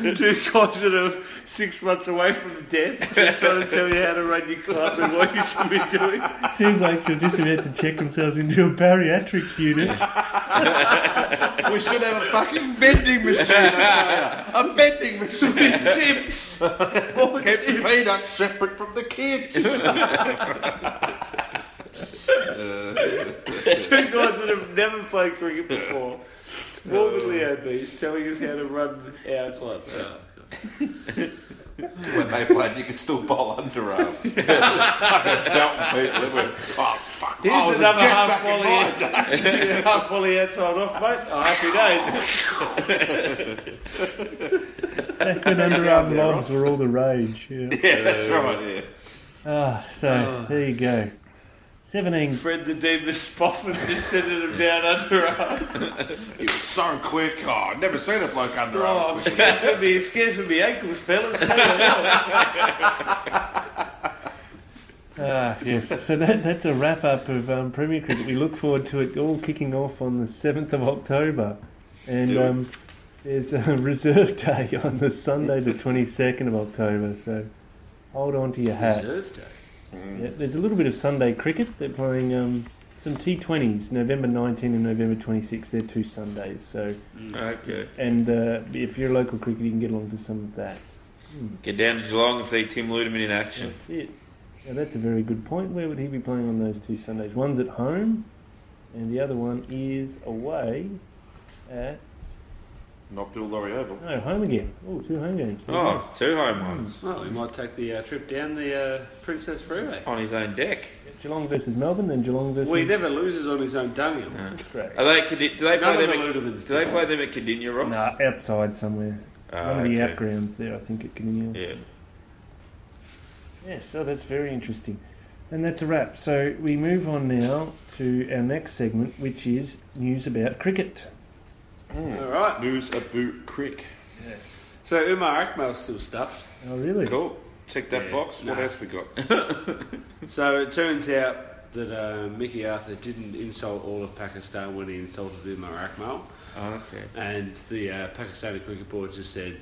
D: Two guys that are six months away from death just trying to tell you how to run your club and what you should be doing.
A: Two blokes have just about to check themselves into a bariatric unit.
B: We should have a fucking vending machine. I tell ya. A vending machine. Chips. Keep the peanuts separate from the kids.
D: Two guys that have never played cricket before. Morbidly obese, telling us how to run our club.
B: when they played, you could still bowl underarm. Fucking Belton people, they were, oh fuck.
D: Here's
B: I was a
D: another
B: jet
D: half
B: back in
D: volley.
B: my
D: out- half volley outside off, mate. Oh, happy days.
A: Back when underarm lobs were all the rage. Yeah.
B: day. Yeah, that's right. Yeah.
A: Ah, so there you go. 17.
D: Fred the Demon Spoffin just sending him down under arm.
B: He was so quick. Oh, I've never seen a bloke
D: Oh, I'm
B: underarm.
D: scared for me, scared for me ankles, fellas. Tell you what.
A: Ah, yes. So that, that's a wrap up of um, Premier Cricket. We look forward to it all kicking off on the 7th of October. And
B: Do it.
A: um, there's a reserve day on the Sunday, the 22nd of October. So hold on to your hats. Yeah, there's a little bit of Sunday cricket. They're playing um, some T20s, November 19 and November 26. They're two Sundays. So,
C: Okay.
A: and uh, if you're a local cricket, you can get along to some of that.
C: Get down to Geelong and see Tim Ludeman in action.
A: That's it. Now that's a very good point. Where would he be playing on those two Sundays? One's at home, and the other one is away at
B: Not Bill Laurie Oval.
A: no home again. Oh, two home games. There you go.
C: Oh, two home ones
D: Well, we might take the uh, trip down the uh, Princess Freeway.
C: on his own deck.
A: Geelong versus Melbourne, then Geelong versus.
D: Well, he never loses on his own dummy.
A: Australia.
C: Are they? Condi- do they
D: None
C: play them?
D: of
C: At,
D: the
C: do
D: Ludemans
C: they
D: do.
C: play them at Cadinia, Ross?
A: Nah, outside somewhere.
C: Ah,
A: One of the
C: okay.
A: outgrounds there, I think, at Caninian.
C: Yeah.
A: Yes, so that's very interesting. And that's a wrap. So we move on now to our next segment, which is news about cricket.
D: All right.
B: News about Crick.
A: Yes.
D: So Umar Akmal's still stuffed.
A: Oh, really?
B: Cool. Check that box. What else we got?
D: So it turns out that uh, Mickey Arthur didn't insult all of Pakistan when he insulted Umar Akmal.
B: Ah,
C: Oh, okay.
D: And the uh, Pakistani cricket board just said,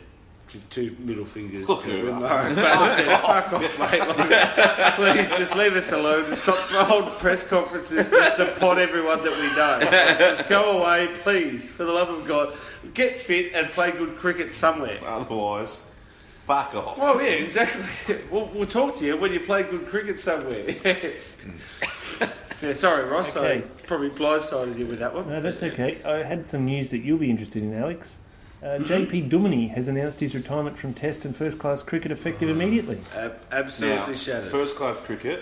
D: t- two middle fingers
B: Look
D: to
B: who
D: Umar Akmal and said, fuck off, mate. Like, please, just leave us alone. Stop hold press conferences just to pot everyone that we know. Like, just go away, please, for the love of God. Get fit and play good cricket somewhere.
C: Ah,
B: Otherwise, fuck off.
D: Well, yeah, exactly. We'll, we'll talk to you when you play good cricket somewhere. Yes. yeah, sorry, Ross.
A: Okay.
D: I probably blindsided you with that one. Uh,
A: No, that's okay. I had some news that you'll be interested in, Alex.
D: Mm-hmm.
A: Uh, JP Duminy has announced his retirement from Test and first class cricket effective immediately.
D: Ab- absolutely
B: Now,
D: shattered.
B: first class cricket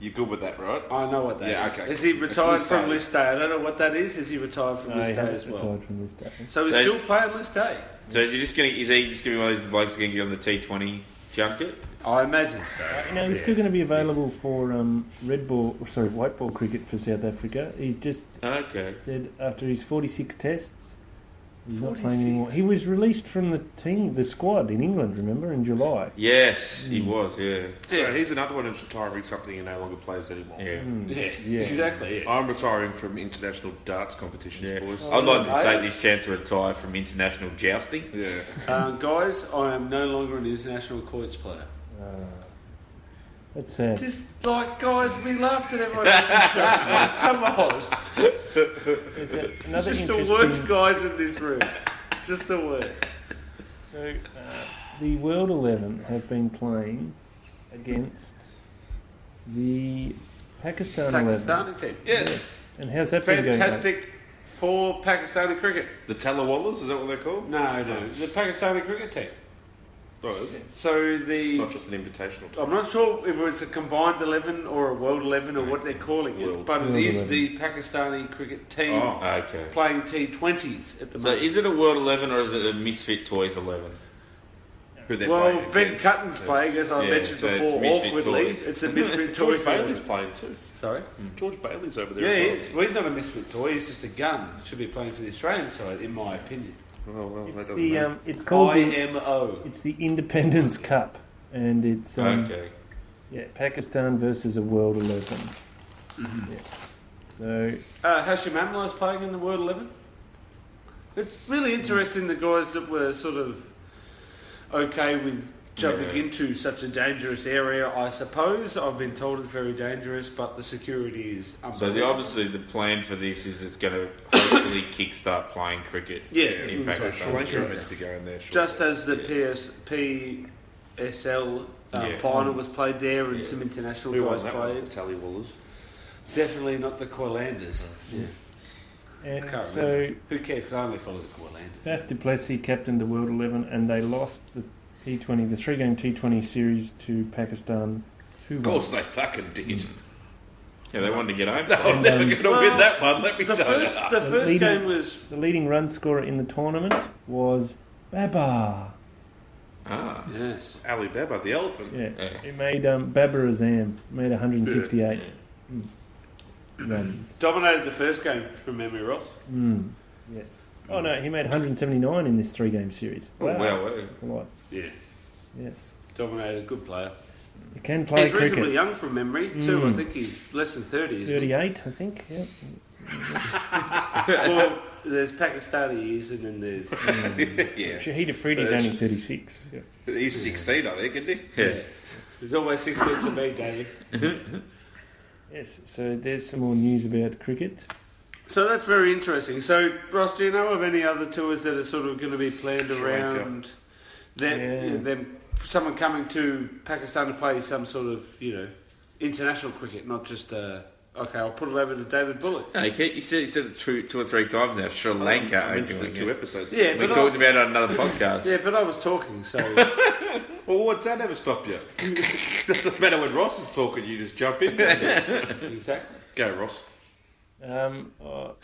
B: You're good with that, right?
D: I know what that is.
B: Yeah, okay.
D: Is he
B: It's
D: retired
B: List
D: from
B: A.
D: list day? I don't know what that is. Is he retired from
A: No,
D: list
A: he
D: day
A: hasn't
D: as well?
A: retired from this day.
D: So he's
C: So-
D: still playing list day.
C: So is he just going to? Is he just going to be one of these blokes going to get on the T Twenty junket?
D: I imagine so.
A: You know, he's still going to be available for um, red ball, or sorry, white ball cricket for South Africa. He's just
C: Okay.
A: said after his 46 tests, he's not playing
D: 46?
A: anymore. He was released from the team, the squad in England, remember, in July.
C: Yes, he
A: Hmm.
C: was. Yeah.
B: Yeah, he's another one who's retiring something he no longer plays anymore.
C: Yeah.
A: Hmm.
D: Yeah,
A: Yeah.
D: exactly. Yeah.
B: I'm retiring from international darts competitions,
C: Yeah.
B: boys.
C: I'd like to
D: I-
C: take this chance to retire from international jousting.
B: Yeah.
D: Um, guys, I am no longer an international coins player.
A: Uh, that's sad.
D: Just like guys, we laughed at everyone else's joke. Like, come on,
A: There's a- another
D: just the
A: interesting...
D: worst guys in this room. Just the worst.
A: So, uh, the World 11 have been playing against the Pakistan, 11.
D: Pakistani team. Yes,
A: And how's that been going? mate?
D: fantastic for Pakistani cricket.
B: The Talawallas, is that what they're called?
D: No, no, the Pakistani cricket team.
B: No, is it?
D: So the
B: Not just an invitational
D: I'm not sure if it's a combined 11 or a world 11 or what they're calling it,
B: World.
D: but it
A: World
D: is
A: 11.
D: the Pakistani cricket team
B: Oh.
C: Okay.
D: playing T20s at the
C: So
D: moment.
C: is it a World Eleven or is it a Misfit Toys Eleven?
B: Who they're
D: well,
B: playing
D: Ben
B: against.
D: Cutten's playing, as I
C: Yeah,
D: mentioned
C: so it's
D: before,
C: Misfit
D: awkwardly.
C: Toys.
D: It's a misfit toy.
B: George Bailey's playing too.
D: Sorry?
B: George Bailey's over
D: Yeah, he
B: there.
D: is. Well, he's not a misfit toy. He's just a gun. Should be playing for the Australian side, in my opinion.
B: yeah. Oh, well, that
A: It's
B: doesn't
A: the,
B: matter.
A: um, it's called the
D: IMO.
A: It's the Independence Cup, and it's um,
C: okay.
A: yeah, Pakistan versus a World 11
D: Mm-hmm.
A: Yeah. So
D: Uh, Hashim Amla's playing in the World 11. It's really interesting the guys that were sort of okay with jumping
C: Yeah.
D: into such a dangerous area, I suppose. I've been told it's very dangerous, but the security is
C: So the,
D: unbelievable.
C: obviously the plan for this is it's going to hopefully kickstart playing cricket.
D: Yeah,
C: in
D: so
B: So Sri
C: Pakistan.
B: Lanka are
D: Yeah.
B: meant to be going there. shortly.
D: Just as the PS, PSL uh,
C: Yeah.
D: final was played there and some international
B: who won
D: guys
B: that one?
D: played.
B: The Tallywalas.
D: Definitely not the Coilanders. Yeah.
A: and
D: Can't
A: so
D: Who cares? 'Cause I only follow the Coilanders.
A: Baf du Plessis captained the World 11, and they lost the T20, the three-game T20 series to Pakistan. Two
B: Of course they fucking did.
C: Yeah, they wanted to get home.
B: I'm never
A: um,
B: going to
D: well,
B: win that one, let me
D: The
B: tell
D: first,
B: you.
D: the
A: The
D: first
A: leading-
D: game was
A: The leading run scorer in the tournament was Baba.
C: Ah,
D: yes.
B: Ali Baba, the elephant.
A: Yeah,
C: Yeah.
A: he made um, Baba Azam made 168 Mm. runs.
D: Dominated the first game from memory, Ross.
A: Mm, yes. Oh no, he made 179 in this three-game series.
C: oh,
A: Wow,
C: wow. wow.
A: That's a lot.
D: Yeah.
A: Yes.
D: Dominated, good player.
A: You can play
D: he's reasonably
A: cricket.
D: young from memory, too.
A: Mm.
D: I think he's less than 30. isn't he?
A: 38, I think. Yeah.
D: well, there's Pakistani years and then there's...
B: Yeah.
A: Shahid Afridi's
B: So
A: only 36. Yeah.
B: He's 16, I think, isn't he?
C: Yeah.
D: There's always 16 to me, Davey.
A: Yes, so there's some more news about cricket.
D: So that's very interesting. So, Ross, do you know of any other tours that are sort of going to be planned
B: Sri Lanka.
D: around them,
A: Yeah.
D: them, someone coming to Pakistan to play some sort of, you know, international cricket, not just, uh, okay, I'll put it over to David Bullock.
C: No, you, can't- you said you said it two, two or three times now. Sri Lanka
B: I
C: are
B: mentioned
C: doing
B: it two
C: it.
B: episodes.
D: Yeah,
C: We
D: but
C: talked
D: I,
C: about it on another podcast.
D: yeah, but I was talking, so...
B: Well, what's that ever stop you? Doesn't matter when Ross is talking, you just jump in. doesn't it?
D: Exactly.
B: Go, Ross.
A: Um, uh, well,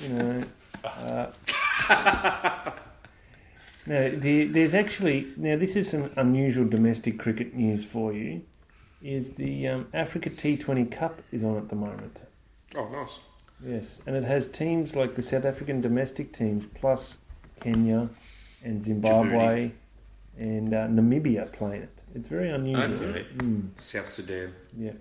A: you know, uh, no, the, there's actually now this is some unusual domestic cricket news for you. Is the um, Africa T20 Cup is on at the moment?
B: Oh, nice.
A: Yes, and it has teams like the South African domestic teams plus Kenya and Zimbabwe and uh, Namibia playing it. It's very unusual.
C: Okay.
A: Mm,
B: South Sudan.
A: yeah.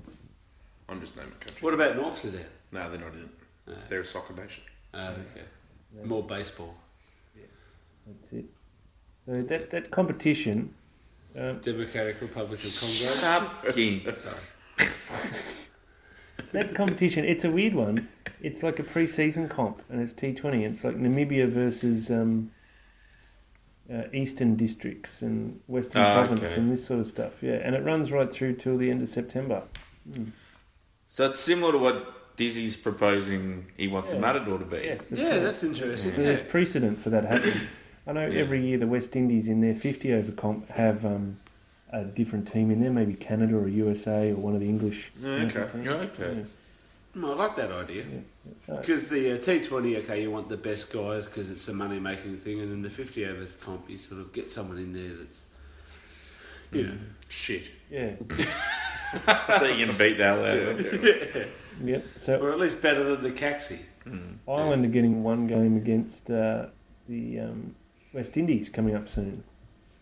B: I'm just naming countries.
D: What about North Sudan?
B: No, they're not in it.
D: No.
B: They're a soccer nation.
D: Ah, okay. More baseball.
A: That's it. So that that competition, um,
D: Democratic Republic of Congo.
C: Fucking-
A: that competition, it's a weird one. It's like a pre-season comp, and it's T Twenty. It's like Namibia versus um, uh, Eastern Districts and Western
C: Ah,
A: Province
C: okay.
A: and this sort of stuff. Yeah, and it runs right through till the end of September.
C: so it's similar to what Dizzy's proposing he wants
A: Yeah.
C: the Matador to be.
A: Yes, that's
D: Yeah,
A: right.
D: that's interesting.
A: So there's precedent for that happening. I know
C: Yeah.
A: every year the West Indies in their 50 over comp have um, a different team in there, maybe Canada or USA or one of the English.
B: okay.
A: teams.
C: Okay.
D: Mm, I like that idea. Because the uh, T20, okay, you want the best guys because it's a money making thing, and then the 50 overs comp, you sort of get someone in there that's, you know, shit.
A: Yeah.
C: So you can beat that out. of it.
A: Yep. So
D: Or at least better than the Caxi.
A: Ireland are getting one game against uh, the um, West Indies coming up soon.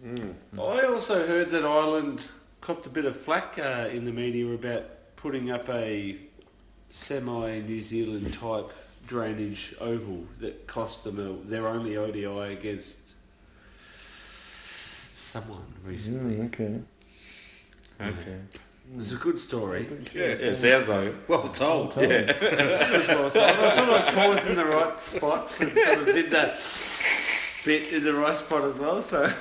D: I also heard that Ireland copped a bit of flack uh, in the media about putting up a semi New Zealand type drainage oval that cost them a, their only ODI against someone recently.
A: Mm, okay.
C: Okay.
D: It's a good story.
C: Yeah, it sounds like it.
B: Well told.
A: Totally.
D: That's what I was saying. I sort of paused in the right spots and sort of did that bit in the right spot as well. So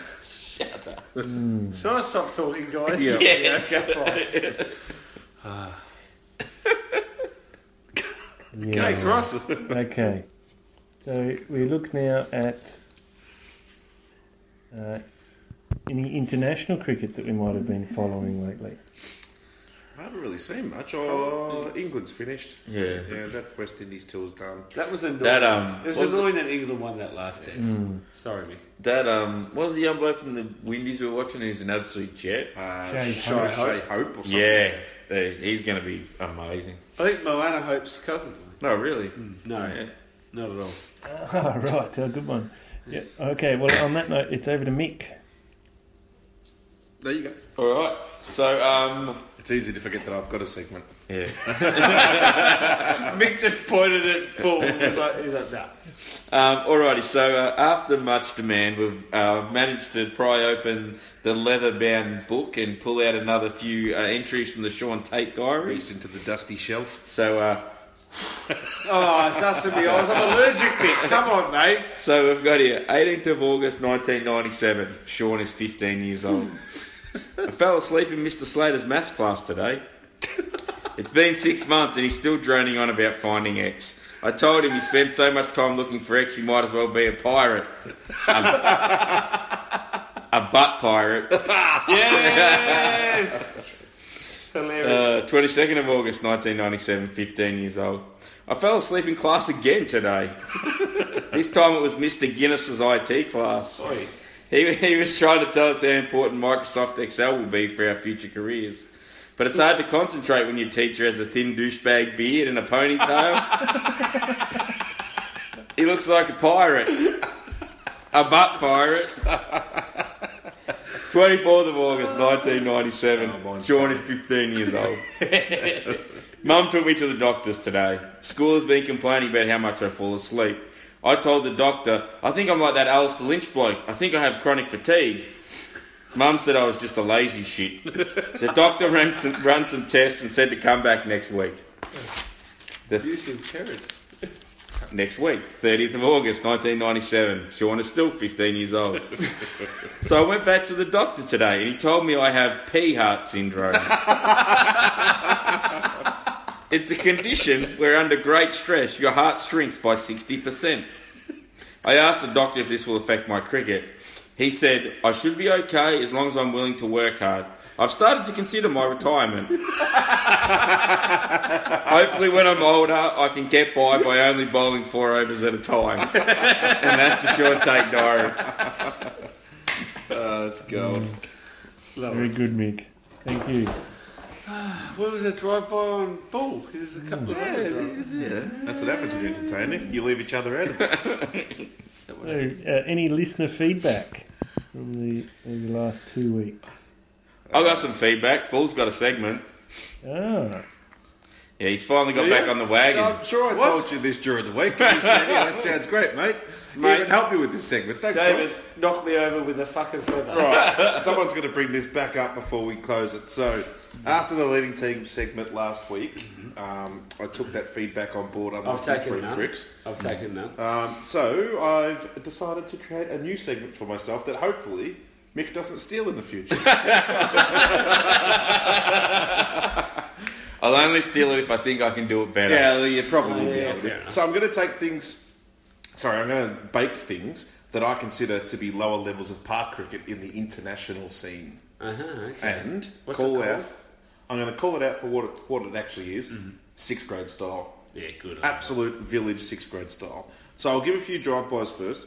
D: Shall I stop talking, guys?
B: Yeah.
D: Yeah, that's right.
A: Yeah.
D: Thanks, Ross.
A: Okay. So we look now at uh, any international cricket that we might have been following lately.
B: I haven't really seen much. Oh, England's finished.
C: Yeah.
B: Yeah, that West Indies tour's done.
D: That was annoying.
C: That, um,
D: it was
C: what was
D: annoying that England won that last test. Sorry, Mick.
C: That um, what was the young bloke from the Windies we were watching? He's an absolute jet.
B: Uh,
A: Shay
B: Shay,
A: Hope.
B: Shay Hope or something.
C: Yeah, they- he's going to be amazing.
D: I think Moana Hope's cousin.
C: No, really.
D: No,
C: Yeah.
D: not at all.
A: Ah, right, a good one. Yeah. Okay. Well, on that note, it's over to Mick.
B: There you go.
C: All right. So um,
B: It's easy to forget that I've got a segment.
C: yeah.
D: Mick just pointed at Paul. He's like, he's like, nah.
C: Um, alrighty, so uh, after much demand, we've uh, managed to pry open the leather-bound book and pull out another few uh, entries from the Sean Tate
B: Reached
C: diaries.
B: into the dusty shelf.
C: So, uh,
D: Oh, dust in the eyes. I'm allergic, Mick. Come on, mate.
C: so we've got here 18th of August 1997. Sean is 15 years old. I fell asleep in Mr. Slater's maths class today. It's been six months and he's still droning on about finding X. I told him he spent so much time looking for X he might as well be a pirate. Um, a butt pirate.
D: Yes. Hilarious.
C: Uh, 22nd of August 1997, 15 years old. I fell asleep in class again today. this time it was Mr. Guinness's IT class.
D: Oi.
C: He, he was trying to tell us how important Microsoft Excel will be for our future careers. But it's hard to concentrate when your teacher has a thin douchebag beard and a ponytail. he looks like a pirate. A butt pirate. 24th of August 1997. Sean is 15 years old. Mum took me to the doctor's today. School has been complaining about how much I fall asleep. I told the doctor, I think I'm like that Alistair Lynch bloke. I think I have chronic fatigue. Mum said I was just a lazy shit. The doctor ran some, ran some tests and said to come back next week.
D: Abusive parent.
C: Next week, 30th of August 1997. Sean is still 15 years old. so I went back to the doctor today and he told me I have pea heart syndrome. it's a condition where under great stress your heart shrinks by 60%. I asked the doctor if this will affect my cricket. He said, I should be okay as long as I'm willing to work hard. I've started to consider my retirement. Hopefully when I'm older, I can get by by only bowling four overs at a time. and that's the short take diary.
B: Uh, it's gold.
A: Very good, Mick. Thank you.
D: Where was that drive-by on Bull? There's a couple of other drive
B: That's what happens when you're entertaining. You leave each other out. of it.
A: So, uh, any listener feedback from the, from the last two weeks?
C: I got some feedback. Bull's got a segment.
A: Ah,
C: Yeah, he's finally got
B: Do you?
C: back on the wagon.
B: I'm sure I
D: What?
B: told you this during the week. You said, yeah, that sounds great, mate.
C: Mate.
B: Mate, can help you with this segment. Thanks,
D: David
B: Ross.
D: knocked me over with a fucking feather.
B: Right, someone's going to bring this back up before we close it. So, after the leading team segment last week, um, I took that feedback on board. I'm
D: I've
B: not
D: taken
B: three
D: none.
B: bricks.
D: I've taken none.
B: Um, so, I've decided to create a new segment for myself that hopefully Mick doesn't steal in the future.
C: I'll only steal it if I think I can do it better.
B: yeah, you probably will.
D: Oh, Yeah, fair enough.
B: So, I'm going to take things. Sorry, I'm going to bake things that I consider to be lower levels of park cricket in the international scene.
D: Uh-huh, okay.
B: and
D: What's it
B: call
D: called? Mm-hmm.
B: out. I'm going to call it out for what it, what it actually is. Sixth grade style,
D: Yeah, good.
B: absolute village sixth grade style. So I'll give a few drive-bys first.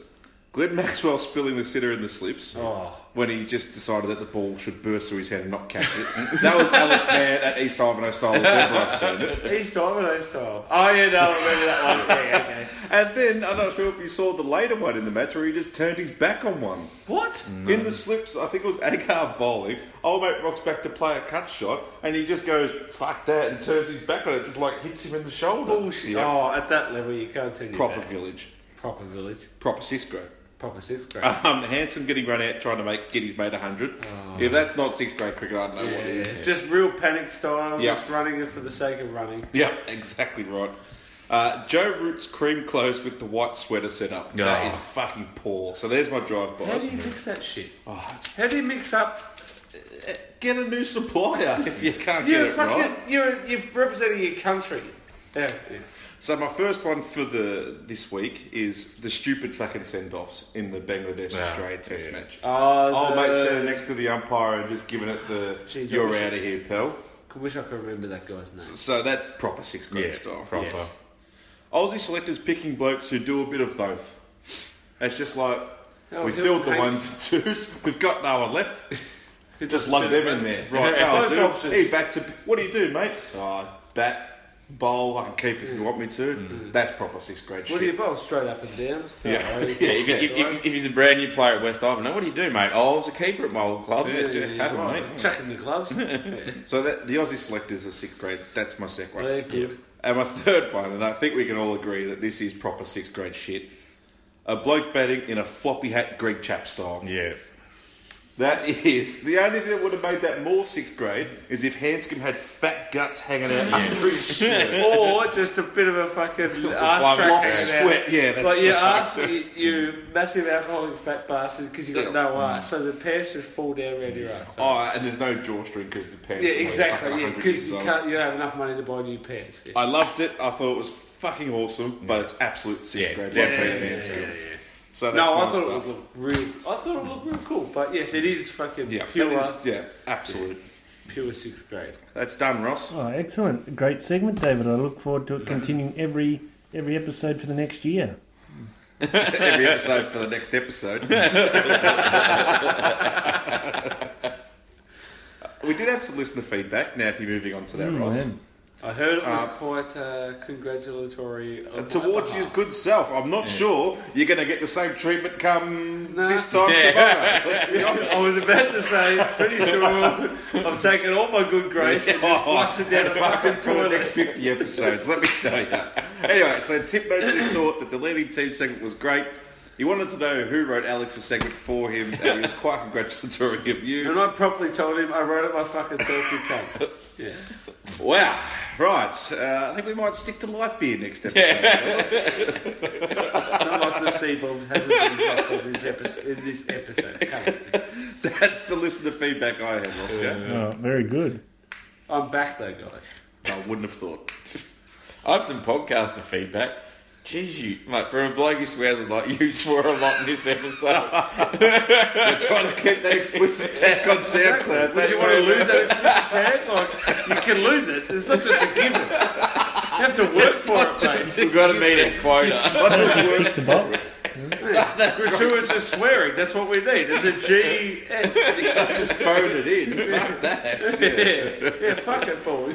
B: Glenn Maxwell spilling the sitter in the slips
D: Oh.
B: when he just decided that the ball should burst through his head and not catch it. that was Alex Mann at East Ivanhoe style. if ever I've seen it.
D: He's Domino style. Oh, yeah, no, I remember that one. Yeah, okay.
B: And then I'm not sure if you saw the later one in the match where he just turned his back on one.
D: What?
C: Mm.
B: In the slips, I think it was Agar bowling. Old mate rocks back to play a cut shot, and he just goes fuck that and turns his back on it, just like hits him in the shoulder.
D: Bullshit.
B: Yeah.
D: Oh, at that level, you can't turn your
B: proper
D: back.
B: village,
D: Proper village.
B: proper Cisco.
D: Proper sixth
C: Uh,
D: grade.
B: Um, Hanson getting run out trying to make get his mate hundred.
C: Oh.
B: If that's not sixth grade cricket, I don't know what
D: Yeah,
B: is.
D: Just real panic style,
B: Yeah.
D: just running it for the sake of running.
B: Yeah, exactly right. Uh, Joe Root's cream clothes with the white sweater set up. That
C: Oh.
B: is fucking poor. So there's my drive
D: How
B: by.
D: do you mix that shit?
B: Oh,
D: How do you mix up?
B: Get a new supplier if you can't
D: You're
B: get it
D: fucking.
B: right.
D: You're you're representing your country. Yeah. yeah.
B: So my first one for the this week is the stupid fucking send-offs in the Bangladesh Australia Test match.
D: Oh,
B: Old
D: the-
B: mate standing next to the umpire and just giving it the
D: Jeez, I
B: "you're
D: wish-
B: out of here, pal."
D: I wish I could remember that guy's name.
B: So that's proper sixth grade
C: Yeah,
B: style.
C: proper.
D: Yes.
B: Aussie selectors picking blokes who do a bit of both. It's just like
D: Oh,
B: we
D: who-
B: filled the
D: Hank-
B: ones and twos. We've got no one left.
D: Who
B: Just
D: doesn't
B: lug
D: do
B: them in there.
D: Yeah,
B: Right, oh,
D: both
B: dude,
D: options.
B: He's back to. What do you do, mate? Oh, bat, bowl. I can keep if you want me to. That's proper sixth grade
D: Mm. What
B: shit.
D: do you bowl? Straight up and downs.
B: Yeah.
D: Oh,
C: Yeah, if, if, if, if he's a brand new player at West Ivanhoe, what do you do, mate? Oh, I was a keeper at my old club.
B: Yeah, yeah,
D: yeah,
B: have 'em,
D: right.
B: mate.
D: Chucking the gloves. Oh,
B: So that, the Aussie selectors are sixth grade. That's my second one.
D: They're good.
B: And my third one, and I think we can all agree that this is proper sixth grade shit. A bloke batting in a floppy hat Greg Chap style.
C: Yeah.
B: That is the only thing that would have made that more sixth grade is if Hanscom had fat guts hanging out under his shirt.
D: or just a bit of a fucking
C: block
D: ass crack
B: of
D: hanging
B: sweat.
D: out.
B: Yeah, that's
D: like your
B: right.
D: ass, you, you massive alcoholic fat bastard because you got
B: Yeah.
D: no ass, so the pants just fall down around your ass.
B: Oh, and there's no jawstring because the pants.
D: yeah,
B: are like
D: exactly.
B: fucking
D: Yeah,
B: 100
D: because
B: years
D: you
B: old.
D: can't, you don't have enough money to buy new pants. Yeah.
B: I loved it. I thought it was fucking awesome, but it's absolute sixth
C: Yeah,
B: grade.
C: yeah,
B: One for
C: yeah,
B: Hanscom.
D: yeah, yeah,
B: So that's
D: No, I thought
B: my stuff.
D: it would look real. I thought it looked real cool, but yes, it is fucking
B: yeah,
D: pure,
B: that is- yeah, absolute.
D: pure sixth grade.
B: That's done, Ross.
A: Oh, excellent. Great segment, David. I look forward to it continuing every every episode for the next year.
B: every episode for the next episode. we did have some listener feedback. Now, if you're moving on to that,
A: Mm, I
B: Ross,
A: am.
D: I heard it was
B: Uh,
D: quite uh, congratulatory. on
B: And
D: my
B: towards your
D: behalf.
B: good self, I'm not sure you're going to get the same treatment come
D: No.
B: this time tomorrow.
D: I was about to say, pretty sure I've taken all my good grace and just
B: Oh.
D: flushed it down the fucking
B: for the next
D: toilet.
B: 50 episodes, let me tell you. Anyway, so Tip basically thought that the leading team segment was great. He wanted to know who wrote Alex's segment for him, and he was quite congratulatory of you.
D: And I properly told him I wrote it my fucking self, you cunt. Yeah.
B: Wow. Right. Uh, I think we might stick to light beer next episode.
D: It's not like the sea bombs hasn't been dropped on this episode. In this episode. Come on.
B: That's the listener feedback I had, Oscar.
A: Oh, very good.
D: I'm back though, guys.
B: I wouldn't have thought.
C: I have some podcaster feedback. Jeez, you, mate, for a bloke who swears a lot, you swore a lot in this episode.
B: We're trying to keep that explicit tag on SoundCloud.
D: Would you want to lose that explicit tag? Like, you can lose it. It's not just a given. You have to work for it, mate.
C: We've got to meet a quota.
A: Just tick the box.
D: Gratuitous swearing. That's what we need. It's a G S.
B: just phone it in. Fuck that.
D: Yeah. yeah, fuck it, boy.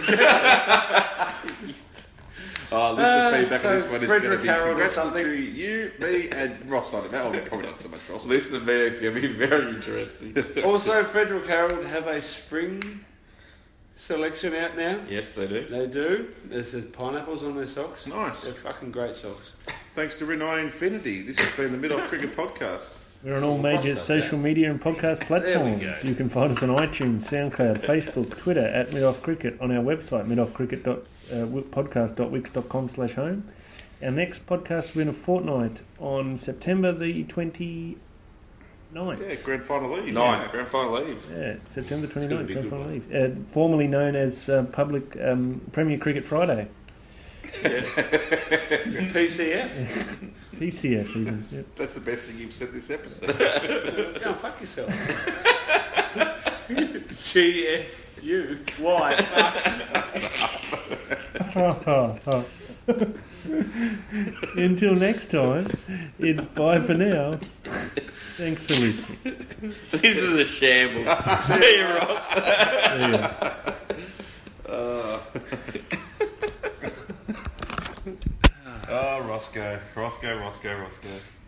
B: Oh, listener
D: Uh,
B: feedback
D: so
B: on this one is going to
D: Frederick
B: be
D: Harold or something.
B: congratulations to you, me, and Ross on it. Oh, probably not so much Ross.
C: Listen to VX, going to be very interesting.
D: Also, Frederick Harold have a spring selection out now.
C: yes, they do.
D: They do. There's the pineapples on their socks.
B: Nice.
D: They're fucking great socks.
B: Thanks to Renai Infinity. This has been the Mid Off Cricket Podcast.
A: We're on all major
D: does
A: social media and podcast platforms.
D: go.
A: You can find us on iTunes, SoundCloud, Facebook, Twitter at Mid Off Cricket, on our website uh, midoffcricket.podcast.wix.com slash home. Our next podcast will be in a fortnight on September the 29th.
B: Yeah, Grand Final League.
C: Nice, grand final leave.
A: Yeah, September
D: gonna
A: 29th,
D: be a
A: Grand
D: good
A: Final Leave. Uh, formerly known as uh, Public um, Premier Cricket Friday,
D: PCF.
A: PCF even. Yep.
B: That's the best thing you've said this episode.
D: Go and fuck yourself. It's G F U Y.
A: Until next time, it's bye for now. Thanks for listening.
C: This is a shambles. See you, Ross.
A: There you go.
B: Oh, Ah, Roscoe, Roscoe, Roscoe, Roscoe.